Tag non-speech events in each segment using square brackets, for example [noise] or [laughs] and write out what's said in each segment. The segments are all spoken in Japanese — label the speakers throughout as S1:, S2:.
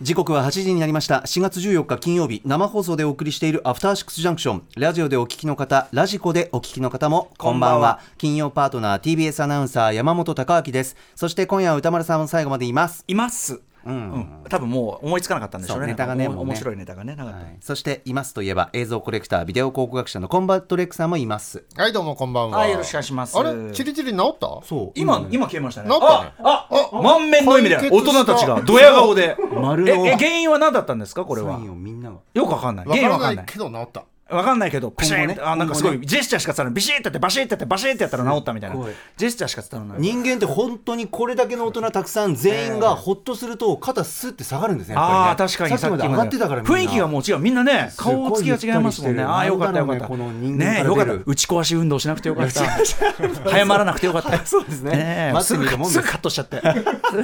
S1: 時刻は8時になりました4月14日金曜日生放送でお送りしているアフターシックスジャンクションラジオでお聞きの方ラジコでお聞きの方もこんばんは
S2: こんばんは
S1: 金曜パートナー TBS アナウンサー山本貴明ですそして今夜は歌丸さんも最後までいます
S2: います、
S1: うん
S2: うん、多分もう思いつかなかったんでしょう
S1: そう
S2: ね
S1: ネタがね
S2: なんか
S1: もうね
S2: 面白いネタがねなかった、
S1: はいそしていますといえば映像コレクタービデオ考古学者のコンバットレックさんもいます
S3: はい、どうもこんばんは。
S2: はいよろしくお願いします
S3: あれ、チリチリ治った
S1: そう
S2: 今、今消えましたね
S3: なんかね
S2: ああ
S3: あ
S2: 満面の意味で
S3: 解
S2: 大
S3: 決した
S2: 人たちがドヤ顔で
S1: 丸
S2: え
S1: の
S2: え原因は何だったんですかこ
S1: こ
S2: れは
S1: をみんなが
S2: よくわかんない
S3: わ
S2: 原因わ
S3: か
S2: か
S3: ら
S2: ん
S3: な
S2: ない
S3: いけど治った。
S2: わかんないけど、ピシーンって、
S1: 今後ね
S2: あ、なんかすご
S1: 今
S2: い、ジェスチャーしか伝わらない。ビシーってやって、バシーってやって、バシーってやったら治ったみたいな
S1: すごい。
S2: ジェスチャーしか伝わらない。
S1: 人間って本当にこれだけの大人たくさん全員がほっとすると肩スッて下がるんですねやっぱりね
S2: ああ、確かに
S1: さっきまで
S2: も
S1: 上がってたからみんな
S2: 雰囲気がもう違う。みんなね、
S1: すごい
S2: 顔つきが違いますもん
S1: ゆったりして
S2: ね。
S1: る
S2: ああ、よかったよかっ
S1: な
S2: た。
S1: んだろうねこの人間から
S2: ねよかった
S1: 出る。
S2: 打ち壊し運動しなくてよかった。早まらなくてよかった。そうです
S1: ね待って
S2: す
S1: み
S2: ぐ
S1: る
S2: カ
S1: もんです
S2: すぐカットしちゃって。
S3: これ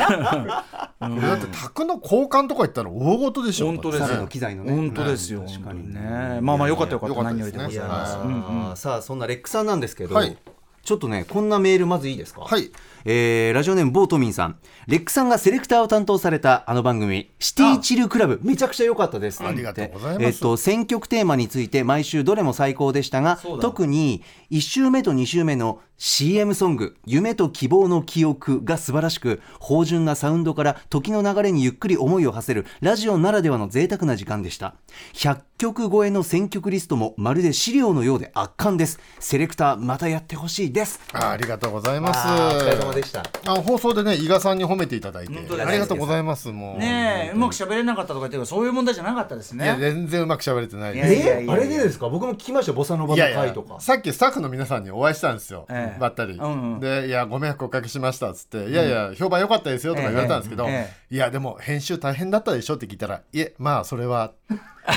S3: だって、宅の交換とか行ったら大事でしょ。
S2: 本当です
S1: 猿
S3: だ
S1: の
S3: って
S1: 機材のね
S2: 本当ですよ。
S1: うん確かに
S2: ね。まあまあ、よかったよかった。
S3: よかった
S2: 何
S3: で
S2: よ
S3: す
S2: り
S3: ね
S2: でございます。
S1: あ
S2: う
S1: ー
S2: んうん
S1: さあそんなレックさんなんですけど、
S3: はい
S1: ちょっとねこんなメールまずいいですか
S3: はい
S1: えーラジオネームボートミンさんレックさんがセレクターを担当されたあの番組「シティチルクラブ」めちゃくちゃ良かったです
S3: ありがとうございます
S1: えっと選曲テーマについて毎週どれも最高でしたが特に1週目と2週目の CM ソング「夢と希望の記憶」が素晴らしく芳醇なサウンドから時の流れにゆっくり思いを馳せるラジオならではの贅沢な時間でした100曲超えの選曲リストもまるで資料のようで圧巻ですセレクターまたやってほしいです
S3: あありがとうございます。
S1: あーお疲れ様でした
S3: あ放送でね、伊賀さんに褒めていただいて、
S2: 本当です
S3: ありがとうございます。もう。
S2: ねえ、うまく喋れなかったとか言ってるけど、そういう問題じゃなかったです
S3: いや、
S2: ね。
S3: 全然うまく喋れてない
S2: いやいや
S3: で
S1: えあれでですか僕も聞きましたよボサノバ
S3: す。い
S1: の
S3: やいや
S1: 回とか
S3: さっきスタッフの皆さんにお会いしたんですよ、
S2: ええ
S3: ばったり、
S2: うんうん
S3: で「いやご迷惑おかけしました」っつって「いやいや評判良かったですよ」とか言われたんですけど「
S2: えええ
S3: いやでも編集大変だったでしょ」って聞いたら「いえまあそれは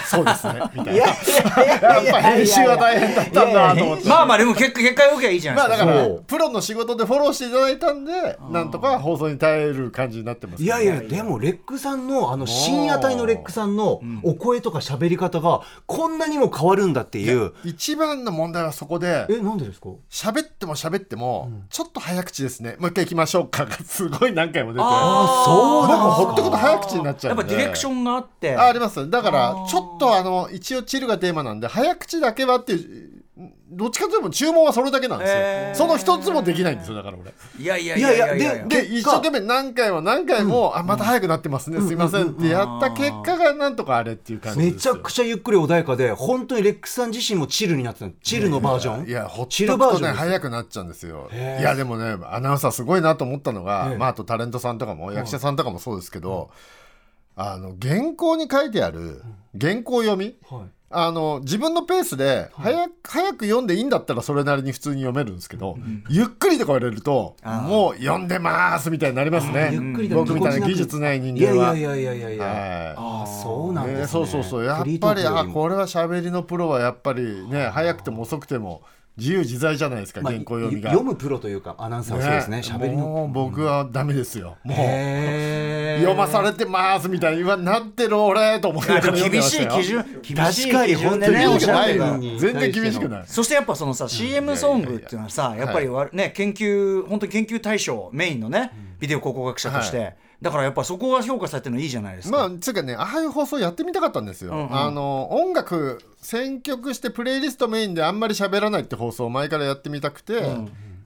S3: そうですね」みたいなやっぱ編集は大変だったんだと思って
S2: まあまあ、でも結果、結果よけばいいじゃない
S3: まあ
S2: で
S3: だ
S2: すか
S3: か。
S1: そ
S3: ら
S1: う
S3: プロの仕事でフォローしていただいたんでなんとか放送に耐える感じになってます
S1: い
S3: けど
S1: やいやでもレックさんのあの深夜帯のレックさんのお声とか喋り方がこんなにも変わるんだっていう
S3: 一番の問題はそこで
S1: えなんでですか
S3: 喋っても喋っても、ちょっと早口ですねもう一回行きましょうか [laughs] がすごい何回も出て
S2: あー
S1: そう
S3: 僕
S1: だ
S3: もほっとくと早口になっちゃ
S2: や
S3: う
S2: っ
S3: ん
S2: ぱ
S3: で
S2: ディレクションがあって。
S3: あありますだから
S2: あー
S3: ちょっとあの一応チルがテーマなんで早口だけはっていうどっちかというと注文はそれだけなんですよ、
S2: へー
S3: その一つもできないんですよだから俺
S2: いやいや
S1: いやいや
S3: で
S1: 結果
S3: 一生懸命何回も何回も、あまた早くなってますね、すいませんってやった結果がなんとかあれっていう感じです
S1: め
S3: よ
S1: ちゃくちゃゆっくり穏やかで本当にレックスさん自身もチルになってたのチルのバージョン
S3: いやほっと
S1: チ
S3: く
S1: ルバー
S3: と
S1: ジ
S3: ね
S1: ョンです
S3: 早くなっちゃうんですよい
S1: へー
S3: やでもねアナウンサーすごいなと思ったのが、
S1: ええ
S3: まあ、あとタレントさんとかも役者さんとかもそうですけど、あの原稿に書いてある原稿読み
S1: はい
S3: あの自分のペースで早く,、早く読んでいいんだったらそれなりに普通に読めるんですけど、ゆっくりとか言われると
S2: あー
S3: もう読んでますみたいになりますね
S1: ゆっくりだ
S3: 僕みたいな技術ない人
S1: いやい
S3: 間
S1: や
S3: は。
S1: いやいやいやいや
S3: はい
S1: ああそうなんですね
S3: ね、そうそうそうやっぱりあこれは喋りのプロはやっぱりね早くても遅くても自由自在じゃないですか
S1: まあ
S3: 原稿読みが、
S1: 読むプロというかアナウンサーはそうですね
S3: ね
S1: 喋りの
S3: もう僕はダメですよもう
S1: へー
S3: 読まされてますみたいにうわなってる俺と思いな
S2: で
S3: がら
S2: も
S3: 読んで
S2: 厳
S3: ま
S2: しい
S3: たよ
S2: 基準厳
S1: 確
S2: しい
S1: かに
S2: 基準でね
S1: 本当に
S2: おっしゃって
S1: よ
S2: た
S1: 厳しい基準
S3: 全然厳しくない
S2: そしてやっぱそのさ CM ソングっていうのはさやっぱりわね研究本当に研究対象メインのねビデオ考古学者としてだからやっぱそこが評価されてるのいいじゃないです
S3: まあ
S2: か
S3: つうかねああいう放送やってみたかったんですよ、
S2: んうん
S3: あの音楽選曲してプレイリストメインであんまり喋らないって放送を前からやってみたくて、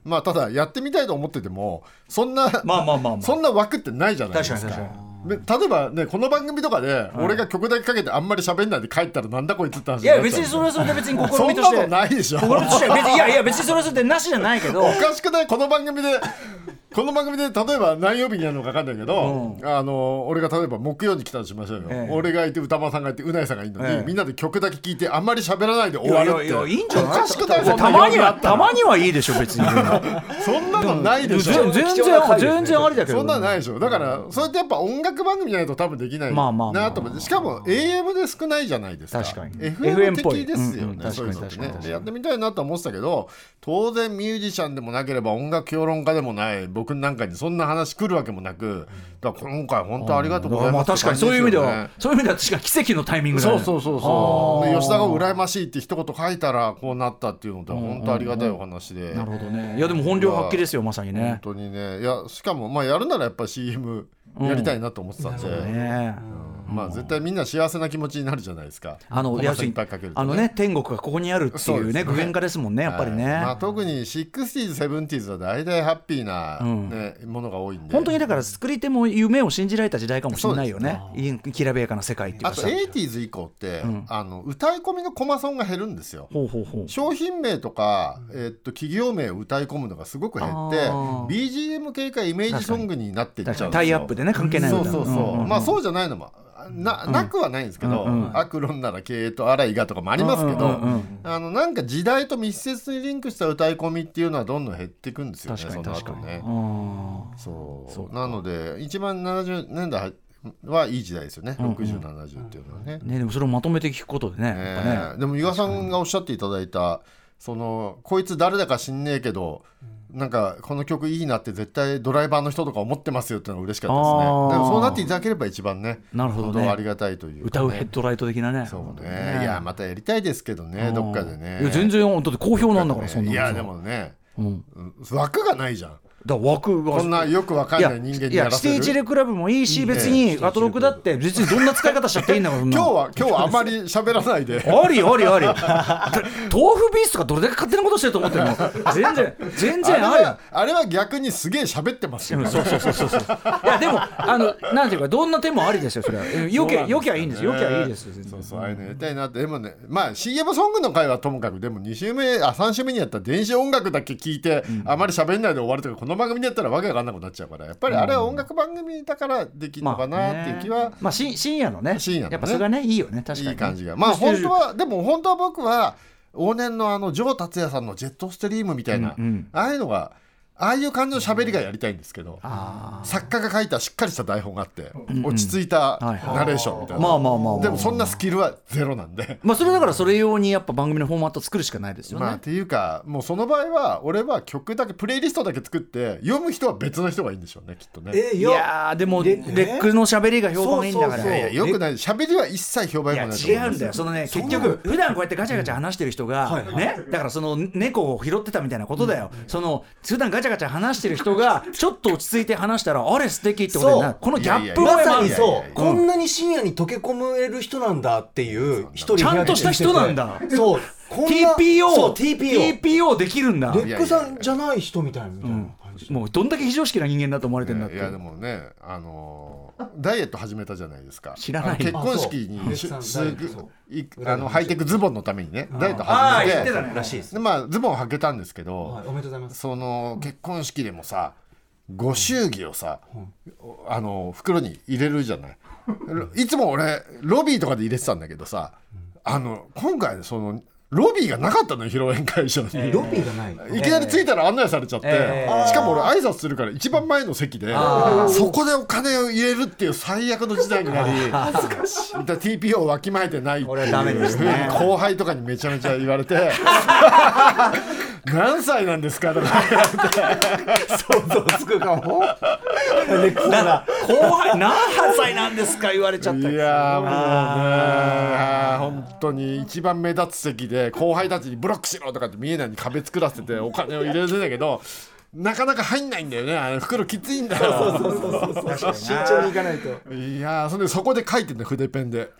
S3: まあただやってみたいと思っててもそんな、
S2: まあまあまあまあ
S3: そんな枠ってないじゃないですか
S2: 確かに確か
S3: で例えばねこの番組とかで俺が曲だけかけてあんまり喋んないで帰ったらなんだこいつって話
S2: い
S3: になっ
S2: や
S3: ちゃ
S2: 別
S3: う
S2: にそれはそれで別に試
S3: そ
S2: み
S3: ん
S2: と
S3: な
S2: して
S3: のないでしょ
S2: 心としては別にいやいや別にそれはそれでなしじゃないけど
S3: おかしくないこの番組でこの番組で例えば何曜日にやるのか分かんないけど、あの俺が例えば木曜に来たとしましょうよ、
S2: ええ
S3: 俺がいて歌間さんがいてうないさんがいるのに、
S2: ええ
S3: みんなで曲だけ聴いてあんまり喋らない [laughs] で終わるって
S2: いやいやいやいいんじゃない
S3: おかしくないそんな
S2: たまに
S3: 曜日あ
S2: は
S3: った
S2: まにはいいでしょ別
S3: [laughs]
S2: に
S3: らそんなのないでし
S2: 全
S3: ょ
S2: 然
S1: 貴重な回ですね
S2: 全然ありだけど
S3: そんなのないでしょだからそれってやっぱ音楽番組じゃないと多分できない
S2: まあまあまあ
S3: なと思ってしかも AM で少ないじゃないですか
S2: 確かに
S3: FM
S2: FM っぽい
S3: 的ですよ
S2: うんうん確か
S3: ね
S2: に
S3: そういうのって
S2: 確かに確か
S3: ね
S2: に
S3: でやってみたいなとは思ってたけど当然ミュージシャンでもなければ音楽評論家でもない僕なんかにそんな話来るわけもなくだから今回本当ありがとうございます
S2: 確かにそういう意味では
S3: って感じすよね
S2: そういう意味では確かに奇跡のタイミングだ
S3: そ
S2: ね
S3: うそうそうそうで吉田が羨ましいって一言書いたらこうなったっていうのって本当ありがたいお話で
S2: なるほどねいやでも本領発揮ですよまさにね
S3: 本当にねいやしかもまあやるならやっぱ CM やりたいなと思ってたんで、
S2: ねえ
S3: まあ絶対みんな幸せな気持ちになるじゃないですか。
S2: あの
S3: コマ
S2: 要
S3: ーシ
S2: する
S3: ャルい
S2: に
S3: っぱいかけると
S2: あのね天国がここにあるって
S3: そ
S2: いうう
S3: ですね
S2: ね具現化ですもんねやっぱりね、
S3: はいまあ、特にシックスティーズセブンティーズは大体ハッピーな、ねものが多いんで
S2: 本当にだから作り手も夢を信じられた時代かもしれないよねいいきらびやかな世界っていう
S3: あ
S2: か
S3: と
S2: さ
S3: 80s 以降って、あの歌い込みのコマソンが減るんですよ。
S2: ほうほうほう
S3: 商品名とか、えっと企業名を歌い込むのがすごく減って
S2: あー
S3: BGM 系かイメージソングになっていっちゃうんですよ
S2: タイアップでね関係ない
S3: そ
S2: 歌
S3: うそうそう、
S2: んん
S3: まあそうじゃないのもななくはないんですけど、アクロンなら経営とアライがとかもありますけど、
S2: うんうんうん
S3: あのなんか時代と密接にリンクした歌い込みっていうのはどんどん減っていくんですよね
S2: 確かに
S3: その後
S2: 確かに
S3: ね
S2: う。ん
S3: そうなので一番70年代はいい時代ですよね、6070っていうのはね。
S2: ねでもそれをまとめて聞くことでねやっぱね
S3: ねえでも岩さんがおっしゃっていただいたそのこいつ誰だか知んねえけどなんかこの曲いいなって絶対ドライバーの人とか思ってますよっていうのが嬉しかったですね
S2: あー
S3: でもそうなっていただければ一番ね
S2: なるほどね
S3: 本当はありがたいというか
S2: 歌
S3: ね、
S2: うヘッドライト的なね
S3: そうねいやまたやりたいですけどねどっかでね
S2: いや全然だって好評なんだからそんなの
S3: いやでもね、
S2: ん
S3: 枠がないじゃん
S2: だから枠が
S3: こんなよくわかんない人間にやら
S2: いやシ
S3: せ
S2: テ
S3: る
S2: ィチレクラブもいいし別にアトロックだって別にどんな使い方しちゃっていいんだからそんな
S3: 今
S2: の
S3: 日は今日はあ
S2: [laughs]
S3: まり喋らないで
S2: ありよありよありよだ豆腐ビーストがどれだけ勝手なことしてると思ってるの全然全然
S3: あれ
S2: あるよ
S3: はあれは逆にすげえ喋ってますよ、
S2: うんそうそうそうそうそういやでもあのなんていうかどんな手もありですよそれはうんよけよきゃいいんですよよきゃいいですよ全然
S3: そうそうああいうのやりたいなってでもねまあ CM ソングの回はともかくでも2週目あ3週目にやったら電子音楽だけ聞いて、あまり喋んないで終わるとかこの番組でやったらわけわかんなくなっちゃうからやっぱりあれは音楽番組だからできるのかなっていう気は、
S2: まあねまあし深夜のね
S3: 深夜のね
S2: やっぱそれがねいいよね確かに
S3: いい感じがまあ本当はでも本当は僕は往年のあの城達也さんのジェットストリームみたいな、ああいうのがああいう感じの喋りがやりたいんですけど作家が書いたしっかりした台本があって、落ち着いたナレーションみたいな、
S2: まあまあまあまあ
S3: でもそんなスキルはゼロなんで。
S2: まあそれだからそれ用にやっぱ番組のフォーマット作るしかないですよ
S3: まあ、っ
S2: ね
S3: ていうかもうその場合は俺は曲だけプレイリストだけ作って読む人は別の人がいいんでしょうねきっとね。
S2: いやーでもレックの喋りが評判いいんだから
S3: いやいやよくない喋りは一切評判
S2: い
S3: 良
S2: や
S3: くない
S2: 違うんだよそのね結局普段こうやってガチャガチャ話してる人が、ねだからその猫を拾ってたみたいなことだよ、その普段ガチャガチャ話してる人
S3: [laughs]
S2: がちょっと落ち着いて話したらあれ素敵ってことになる
S1: そう
S2: このギャップ
S3: いや
S1: ま
S3: いや
S1: さ
S2: が
S1: に
S3: いやい
S1: そ
S3: やいや
S1: うこんなに深夜に溶け込める人なんだっていう一人
S2: ちゃんとした人なんだ
S1: そうこんな
S2: TPO
S1: そう TPO
S2: できるんだ
S1: レックさんじゃない人みたいなみたいな感じ
S2: もうどんだけ非常識な人間だと思われてるんだっ
S3: い
S2: て
S3: やでもねあのーダイエット始めたじゃないですか
S2: 知らない
S3: あの結婚式に
S1: あ
S3: し
S1: そう
S3: す
S1: レックさん
S3: ぐ
S1: ダイエットそ
S3: いあのハイテクズボンのためにねダイエット
S2: ああ
S3: 始
S2: 言
S3: め
S2: って
S3: て
S2: たね
S1: らしいです
S3: でまあズボンを履けたんですけど、
S1: はいおめでとうございます
S3: その結婚式でもさご祝儀をさ、あの袋に入れるじゃないいつも俺ロビーとかで入れてたんだけどさ、あの今回そのロビーがなかったのよ披露宴会場に、
S1: ロビーがない
S3: いきなり着いたら案内されちゃって、
S2: えー
S3: しかも俺挨拶するから一番前の席でそこでお金を入れるっていう最悪の事態に
S2: [laughs]
S3: なり恥ずかしい TPO をわきまえてないって
S2: 俺
S3: い
S2: は
S3: う
S2: ダメですね
S3: 後輩とかにめちゃめちゃ言わ
S2: [laughs]
S3: れて何歳なんですかとか
S1: 想像つくかもレックさんが
S2: 後輩何歳なんですか言われちゃっ
S3: い
S2: た
S3: やーもうねあー本当に一番目立つ席で後輩たちにブロックしろとかって見えないように壁作らせてお金を入れてたけどなかなか入んないんだよねあの袋きついんだよ。
S1: 慎重にいかないと
S3: いやーそれでそこで書いてんだ筆ペンで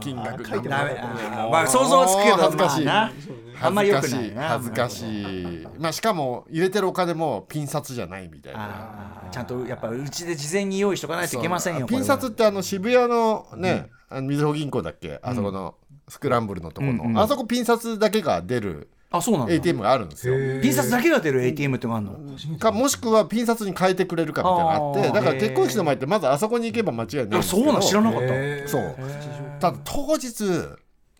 S3: 金額書いて
S2: ダメあーまあ想像はつくけど
S3: 恥ずかしい、
S2: まあなあんまり良くないな
S3: 恥ずかしいまあしかも入れてるお金もピン札じゃないみたいな
S2: あーちゃんとやっぱうちで事前に用意しとかないといけませんよ
S3: ピン
S2: こ
S3: 札ってあの渋谷のね、あのみずほ銀行だっけあそこのスクランブルのとこの、あそこピン札だけが出る
S2: れはあそうなんだ
S3: ATM があるんですよ
S2: ピン札だけが出る ATM ってのがあるの
S3: かもしくはピン札に変えてくれるかみたいなのがあっ
S2: あ
S3: て
S2: ー
S3: だから結婚式の前ってまずあそこに行けば間違いないん
S2: いや
S3: ですけ
S2: そう
S3: ど
S2: なん知らなかった
S3: そうただ当日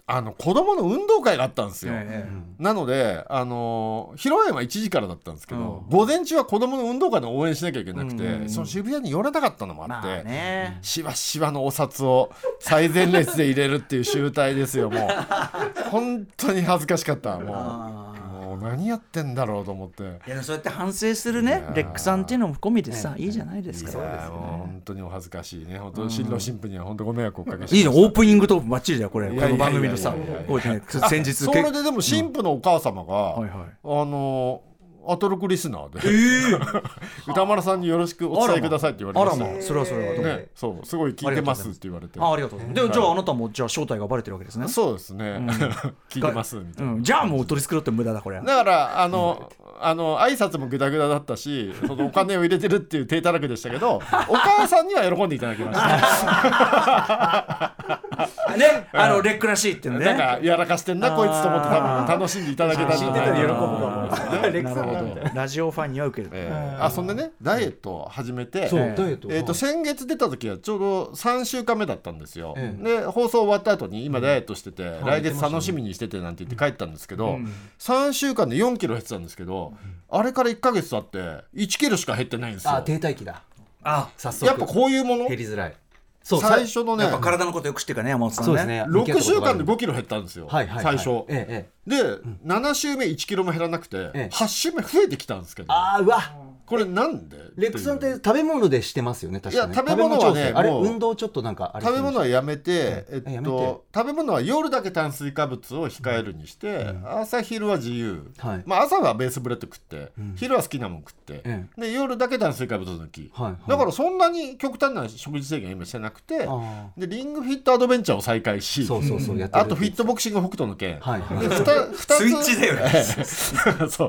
S3: あの子供の運動会があったんですよ、
S2: ええ
S3: なので、あのー披露宴は1時からだったんですけど、午前中は子供の運動会の応援しなきゃいけなくて、その渋谷に寄らなかったのもあって、
S2: まあね
S3: しわしわのお札を最前列で入れるっていう集大ですよもう本当に恥ずかしかったもうもう何やってんだろうと思って。
S2: いやでもそうやって反省するねレックさんっていうのも込みでさいいじゃないです
S3: い
S2: か
S3: やーもう本当にお恥ずかしいね本当新郎新婦には本当ご迷惑をおかけしま
S2: いい
S3: した
S2: のオープニングトークばっちりだよこれ
S3: い
S2: こ
S3: やいやいや
S2: の番組のさ
S3: いやいやいや
S2: こうやってね先日
S3: それででも新婦のお母様が、
S2: はいはい
S3: あのーアトロクリスナーで、
S2: え
S3: 歌丸さんによろしくお伝えくださいって言われ
S2: あら
S3: ました、
S2: まそれはそれはどうも
S3: ね、そうすごい聞いてますって言われて
S2: あありがとうございますでじゃああなたもじゃあ正体がバレてるわけですね
S3: そうですね、聞いてますみたいな。
S2: うん、じゃあもう取り繕っても無駄だこれ
S3: だからあの、あの挨拶もグダグダだったしそのお金を入れてるっていう手たらくでしたけどお母さんには喜んでいただきました
S2: ねあのレックらしいっていうの
S3: なん
S2: ね
S3: かやらかしてんなこいつと思って多分楽しんでいただけたんじゃないかな
S4: 死んでたら喜ぶ
S2: と思うんです [laughs]
S3: ね
S2: なるほどラジオファンには受ける、
S3: えーあそんでねダイエットを始めて、
S1: そう
S2: ええ
S1: ダイエット
S3: えー、と先月出た時はちょうど3週間目だったんですよ、
S1: ええ
S3: で放送終わった後に今ダイエットしてて、
S1: はい
S3: 来月楽しみにしててなんて言って帰ったんですけど、
S2: うん
S3: 3週間で4キロ減ってたんですけど、あれから1か月経って1キロしか減ってないんですよ
S1: あ停滞期だ
S2: あ
S1: 早速
S3: やっぱこういうもの
S1: 減りづらいそう
S3: 最
S1: さ
S3: 初のね
S2: やっぱ体のことよく知ってるからね山本さんね
S1: そうですね
S3: 6週間で5キロ減ったんですよ、
S1: はいはい、はい、
S3: 最初、
S1: ええええ
S3: で、7週目1キロも減らなくて、
S1: ええ
S3: 8週目増えてきたんですけど
S1: ああうわ
S3: これなんで
S1: レックさんってて
S3: いう
S1: 食べ物でしてますよね確かね
S3: いや食べ物は
S1: 食
S3: ね
S1: べ調整あれ
S3: もう
S1: 運動ちょっとなんかあれ
S3: 食べ物はやめて、
S1: ええ
S3: えっ
S1: やめて
S3: と、食べ物は夜だけ炭水化物を控えるにして、朝昼は自由、
S1: はい
S3: まあ、朝はベースブレッド食って、昼は好きなもん食って、
S1: え
S3: で夜だけ炭水化物抜き、
S1: はいはい
S3: だからそんなに極端な食事制限は今してなくて
S1: あ
S3: でリングフィットアドベンチャーを再開し
S1: そうそうそうやってる
S3: あとフィットボクシング北斗の拳、
S1: はいはい
S3: でふた二つ
S2: スイッチだよね
S3: [laughs] そ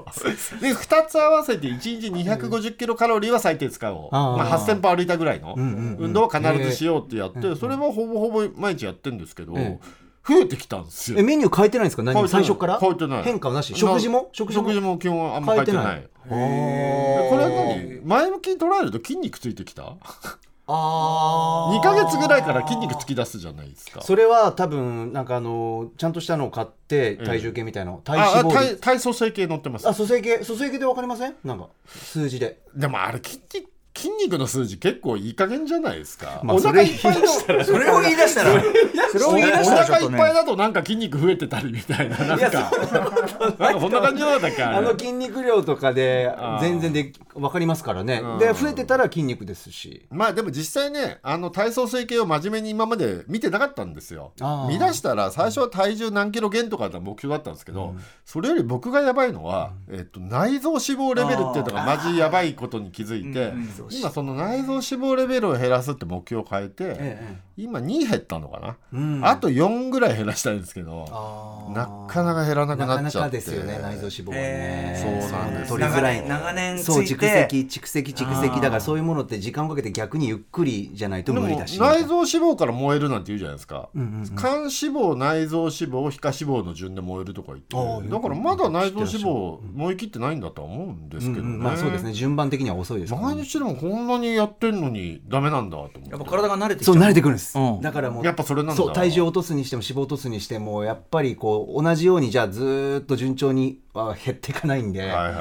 S3: うで2つ合わせて1日250キロカロリーは最低使おう、
S1: あー
S3: まあ、8000歩歩いたぐらいの
S1: んうんうん
S3: 運動は必ずしようってやって、それはほぼほぼ毎日やってるんですけど、
S1: え
S3: 増えてきたんです
S1: え
S3: よ
S1: メニュー変えてないんですか何も最初から
S3: 変えてない
S1: 変化はなし食事も食事も
S3: 食事も基本はあんま変えてない
S1: 変えへ
S3: でこれは何前向きに捉えると筋肉ついてきた
S1: あ
S3: 2か月ぐらいから筋肉つき出すじゃないですか
S1: それは多分なんかあのちゃんとしたのを買って体重計みたいなの体
S3: あ
S1: 脂
S3: あ
S1: 肪
S3: 体
S1: 率
S3: 体組成系乗ってます
S1: あ蘇生系蘇生系でわかりませんなんか数字で
S3: でもあれ筋肉筋肉の数字結構いい加減じゃないですか、
S1: まあ
S3: お腹いっぱいの
S2: それを言い出したらそれを
S3: お
S2: 言い出したらちょ
S3: 腹
S2: っ
S3: い
S2: と
S3: っ
S2: ね
S3: ぱいだとなんか筋肉増えてたりみたいななんかなんかそんな感じじゃなかったっけあ
S1: あ
S3: れ
S1: の筋肉量とかで全然で分かりますからね
S3: うん
S1: で増えてたら筋肉ですし
S3: まあでも実際ねあの体操整形を真面目に今まで見てなかったんですよ
S1: あー
S3: 見出したら最初は体重何キロ減とかだった目標だったんですけど、それより僕がやばいのは、えっと、内臓脂肪レベルっていうのがマジやばいことに気づいて、今その内臓脂肪レベルを減らすって目標を変えて、
S1: え
S3: 今2減ったのかな、
S1: えうん
S3: あと4ぐらい減らしたいんですけど
S1: あー
S3: なかなか減らなく
S1: な
S3: な
S1: か
S3: っ
S1: な
S3: ちゃ
S1: か
S3: って
S1: ですよね内臓脂肪はね
S2: え
S3: そうなんです
S1: 取りづらい
S2: 長年長年つ
S1: そう
S2: い
S1: 蓄
S2: て
S1: 積蓄積蓄積だからそういうものって時間をかけて逆にゆっくりじゃないと
S3: で
S1: 無
S3: も
S1: 理
S3: 内
S1: だし
S3: 臓脂肪から燃えるなんて言うじゃないですか、肝脂肪内臓脂肪皮下脂肪の順で燃えるとか言って
S1: ああ
S3: だからまだ内臓脂肪燃え切ってないんだとは思うんですけどね、
S1: うんうんまあそうですね順番的には遅いですから
S3: 毎
S1: ね
S3: 日でもこんなにやってんのにダメなんだと
S2: やっ
S3: 思
S2: ぱ
S3: って
S2: 体が慣れてき
S1: そう慣れてくるんです
S2: うん
S1: だからもう
S3: やっぱそれなんだ
S1: そう体重を落とすにしても脂肪を落とすにしてもやっぱりこう同じようにじゃあずーっと順調には減っていかないんで
S3: はいはいはい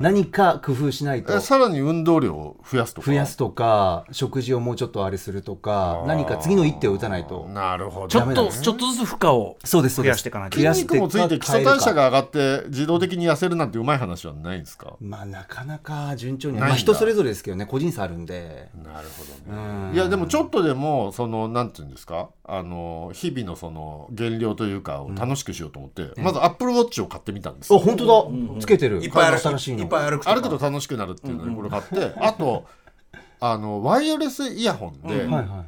S1: 何か工夫しないと
S3: えさらに運動量を増やすとか
S1: 増やすとか食事をもうちょっとあれするとか何か次の一手を打たないと
S3: なるほど
S2: ちょっ
S1: ダメ
S2: と
S1: なんです
S2: ちょっとずつ負荷を
S1: そうですそうです
S2: 増やしていかないと
S1: 増や
S3: 筋
S1: して
S3: 肉もついて基礎代謝が上がって自動的に痩せるなんてうまい話はないんですか
S1: まあなかなか順調には
S3: ないん
S1: ま
S3: だ
S1: あ人それぞれですけどね個人差あるんで
S3: なるほどね
S1: うん
S3: いやでもちょっとでもそのなんていうんですかあの日々のその減量というかを楽しくしようと思って、まずアップルウォッチを買ってみたんです
S1: あ
S3: よ、
S1: 本当だつけてる
S2: いっぱい
S1: 買
S2: 歩
S1: の新しい
S2: くい
S1: の
S2: っぱい歩くとか
S3: 歩くと楽しくなるっていうのでこれ買って、 [laughs] あとあのワイヤレスイヤホンで、
S1: はいは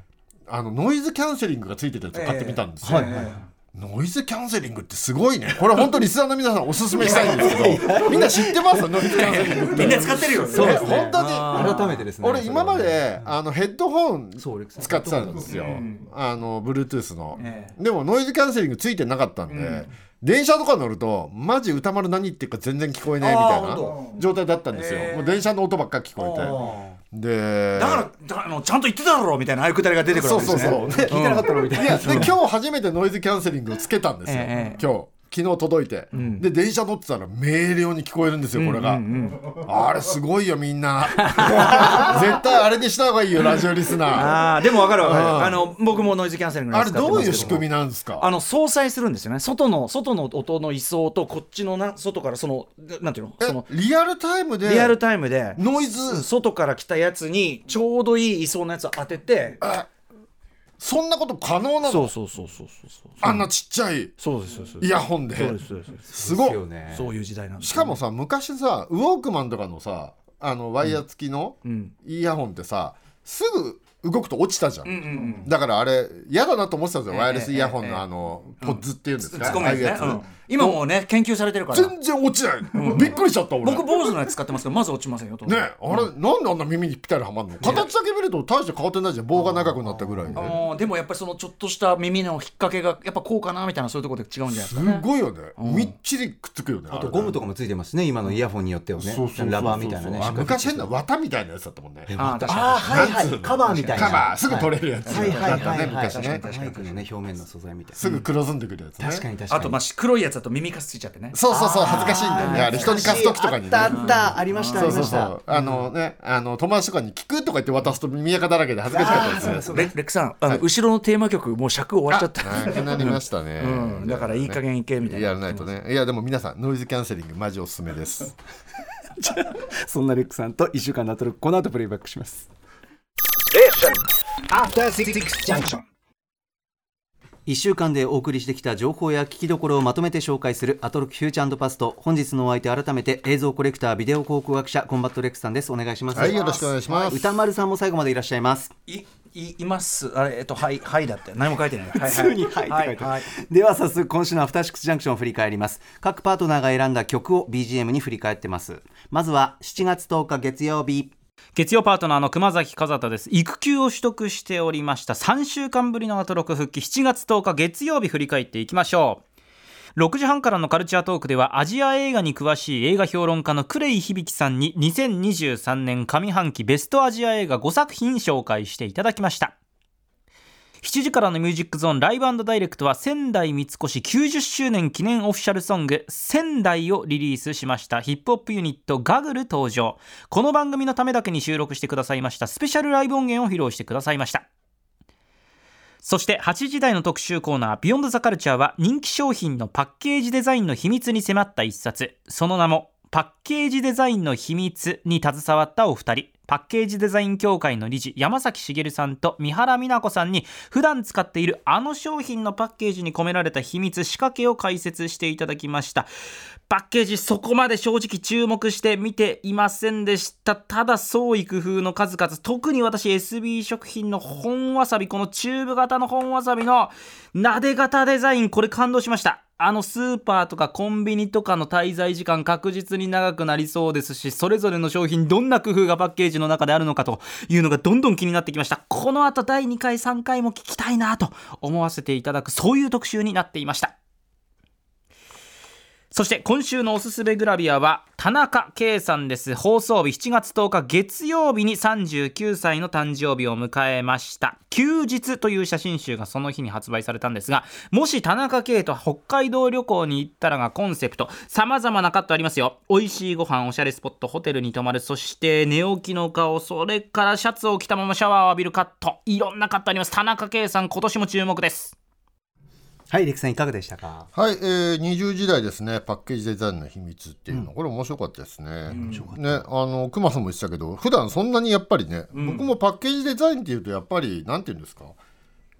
S3: あのノイズキャンセリングがついてたやつを買ってみたんですよ、
S1: ええはいはい
S3: ノイズキャンセリングってすごいねこれ本当リスナーの皆さんおすすめした [laughs] いんですけどみんな知ってますノイズキャンセリングって
S2: みんな使ってるよ
S3: そうですね本当に
S1: い改めてですね
S3: 俺今ま
S1: それはね
S3: であのヘッドホン
S1: そう俺
S3: 使ってたんですよ、あの Bluetooth の、
S2: え
S3: でもノイズキャンセリングついてなかったんで、電車とか乗るとマジ歌丸何言ってるか全然聞こえないみたい
S2: あー
S3: な
S2: 本
S3: 状態だったんですよ、もう電車の音ばっか聞こえてで
S2: だからだからあのちゃんと言ってただろうみたいなああいうくだりが出てくる
S3: そ
S2: わ
S3: う
S2: けです
S3: そう
S2: ね
S3: そうで
S1: 聞いてなかったのみたい
S3: い [laughs] やで今日初めてノイズキャンセリングをつけたんですよ、
S2: ええ
S3: 今日昨日届いて、で電車乗ってたら明瞭に聞こえるんですよこれが、あれすごいよみんな [laughs] 絶対あれにした方がいいよラジオリスナー
S2: ああでも分かる分かる
S3: うん
S2: あの僕もノイズキャンセリングの
S3: あ
S2: や
S3: れ
S2: つ使って
S3: ど
S2: ま
S3: う
S2: すけ
S3: いう仕組みなんですか
S2: あの相殺するんですよね外の外の音の位相とこっちのな外からそのなんていうの
S3: え
S2: その
S3: リアルタイムで
S2: リアルタイムで
S3: ノイ
S2: うん
S3: ズ
S2: 外から来たやつにちょうどいい位相のやつを当てて
S3: そんなこと可能な
S2: そ
S3: の
S2: うそうそうそうそうそう
S3: あんなちっちゃい
S2: そうですそうです
S3: イヤホンで
S2: そうですそうですそうです
S3: すごい
S1: よね
S2: そういう時代なんです
S3: しかもさ昔さウォークマンとかのさあのワイヤー付きの
S2: うん
S3: イヤホンってさすぐ動くと落ちたじゃん、
S2: うんうんうん
S3: だからあれ嫌だなと思ってたんです
S2: え
S3: よ
S2: え
S3: ワイヤレスイヤホン
S2: ええ
S3: のあの、ポッズっていうんですか、
S2: 突っ込
S3: ああ
S2: む
S3: いう
S2: や
S3: や
S2: つ
S3: つ、
S2: ねうん今もうね研究されてるから
S3: 全然落ちない、びっくりしちゃった俺
S2: 僕坊主のやつ使ってますけどまず落ちませんよと
S3: ねえあれ、なんであんな耳にぴったりはまるの形だけ見ると大して変わってないじゃん棒が長くなったぐらいで
S2: あーでもやっぱりそのちょっとした耳の引っ掛けがやっぱこうかなみたいなそういうところで違うんじゃないです
S3: す
S2: かね
S3: ごいよね、みっちりくっつくよね
S1: あとゴムと
S3: か
S1: かもついてますね今のイヤホンによってはねラバーみたいなね
S3: 昔変な綿みたいなやつだったもんね
S2: あー確かに
S1: あーはいは
S3: なんつう
S1: い
S3: の
S1: カバーみたいな
S3: カバーすぐ取れるやつ
S1: はいはいはいはい
S3: だったね昔ね
S1: 確かに確かにバイクのね表面の素材みたい
S3: すぐ黒ずんでくるやつね
S1: な確かに確か
S2: あ
S1: に
S2: とまあ黒いやつだと耳かすついちゃってね
S3: そうそうそう恥ずかしいんだよねあれ人に貸す時とかにね
S1: あったあったありましたあ
S3: そ
S1: りま
S3: うそう
S1: し
S3: そ
S1: た
S3: うあのねあの友達とかに聞くとか言って渡すと耳垢だらけで恥ずかしかったですね
S2: レレックさんあの後ろのテーマ曲もう尺終わっちゃった
S3: なくなりましたね
S2: うんだからいい加減いけみたいな
S3: やらないとねいやでも皆さんノイズキャンセリングマジおすすめです
S1: そんなレックさんと1週間のアトロックこの後プレイバックします1週間でお送りしてきた情報や聞きどころをまとめて紹介するアトロックフューチャーパスト本日のお相手改めて映像コレクタービデオ考古学者コンバットレックスさんですお願いします
S3: はいよろしくお願いします
S1: 歌丸さんも最後までいらっしゃいます
S2: いいいますあれえっとはいはいだって何も書いてないはいはい
S1: 普通に「はい」って書いてあ
S2: は
S1: るでは早速今週の「アフターシックスジャンクション」を振り返ります各パートナーが選んだ曲を BGM に振り返ってますまずは7月10日月曜日
S4: 月曜パートナーの熊崎和太です育休を取得しておりました3週間ぶりのアトロク復帰7月10日月曜日振り返っていきましょう6時半からのカルチャートークではアジア映画に詳しい映画評論家のクレイ響さんに2023年上半期ベストアジア映画5作品紹介していただきました7時からのミュージックゾーンライブダイレクトは仙台三越90周年記念オフィシャルソング仙台をリリースしましたヒップホップユニットガグル登場この番組のためだけに収録してくださいましたスペシャルライブ音源を披露してくださいましたそして8時台の特集コーナー「ビヨンドザカルチャーは人気商品のパッケージデザインの秘密に迫った一冊その名も「パッケージデザインの秘密」に携わったお二人パッケージデザイン協会の理事山崎茂さんと三原美奈子さんに普段使っているあの商品のパッケージに込められた秘密仕掛けを解説していただきましたパッケージそこまで正直注目して見ていませんでしたただ創意工夫の数々特に私 SB 食品の本わさびこのチューブ型の本わさびの撫で型デザインこれ感動しましたあのスーパーとかコンビニとかの滞在時間確実に長くなりそうですしそれぞれの商品どんな工夫がパッケージの中であるのかというのがどんどん気になってきましたこの後第2回3回も聞きたいなと思わせていただくそういう特集になっていましたそして今週のおすすめグラビアは田中圭さんです放送日7月10日月曜日に39歳の誕生日を迎えました休日という写真集がその日に発売されたんですがもし田中圭と北海道旅行に行ったらがコンセプト様々なカットありますよ美味しいご飯おしゃれスポットホテルに泊まるそして寝起きの顔それからシャツを着たままシャワーを浴びるカットいろんなカットあります田中圭さん今年も注目です
S1: はいレックさんいかがでしたか
S3: はい、えー、20時代ですねパッケージデザインの秘密っていうの、これ面白かったですね。ねあの熊さんも言ってたけど普段そんなにやっぱりね、僕もパッケージデザインっていうとやっぱりなんていうんですか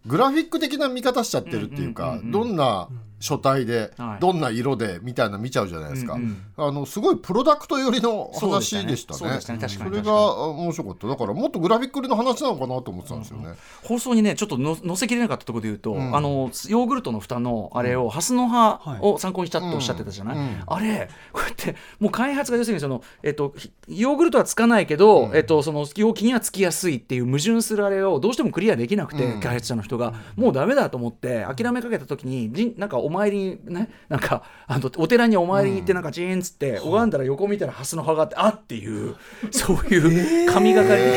S3: グラフィック的な見方しちゃってるっていうか、どんな書体で、
S2: はい
S3: どんな色でみたいな見ちゃうじゃないですか、あのすごいプロダクト寄りの話でしたね。
S2: そうでしたねそうでしたね確かに
S3: それがあ面白かっただからもっとグラフィックの話なのかなと思ってたんですよね。
S2: 放送にねちょっとの載せきれなかったところで言うと、あのヨーグルトの蓋のあれを、ハスの葉を参考にしたっておっしゃってたじゃない、あれこうやってもう開発が要するにその、えっと、ひヨーグルトはつかないけど、えっと、その容器にはつきやすいっていう矛盾するあれをどうしてもクリアできなくて、開発者の人が、もうダメだと思って諦めかけた時にじんなんかお参りにねなんかあのお寺にお参りに行ってなんかジーンつって、拝んだら横見たらハスの葉があってあっていうそういう神がかり的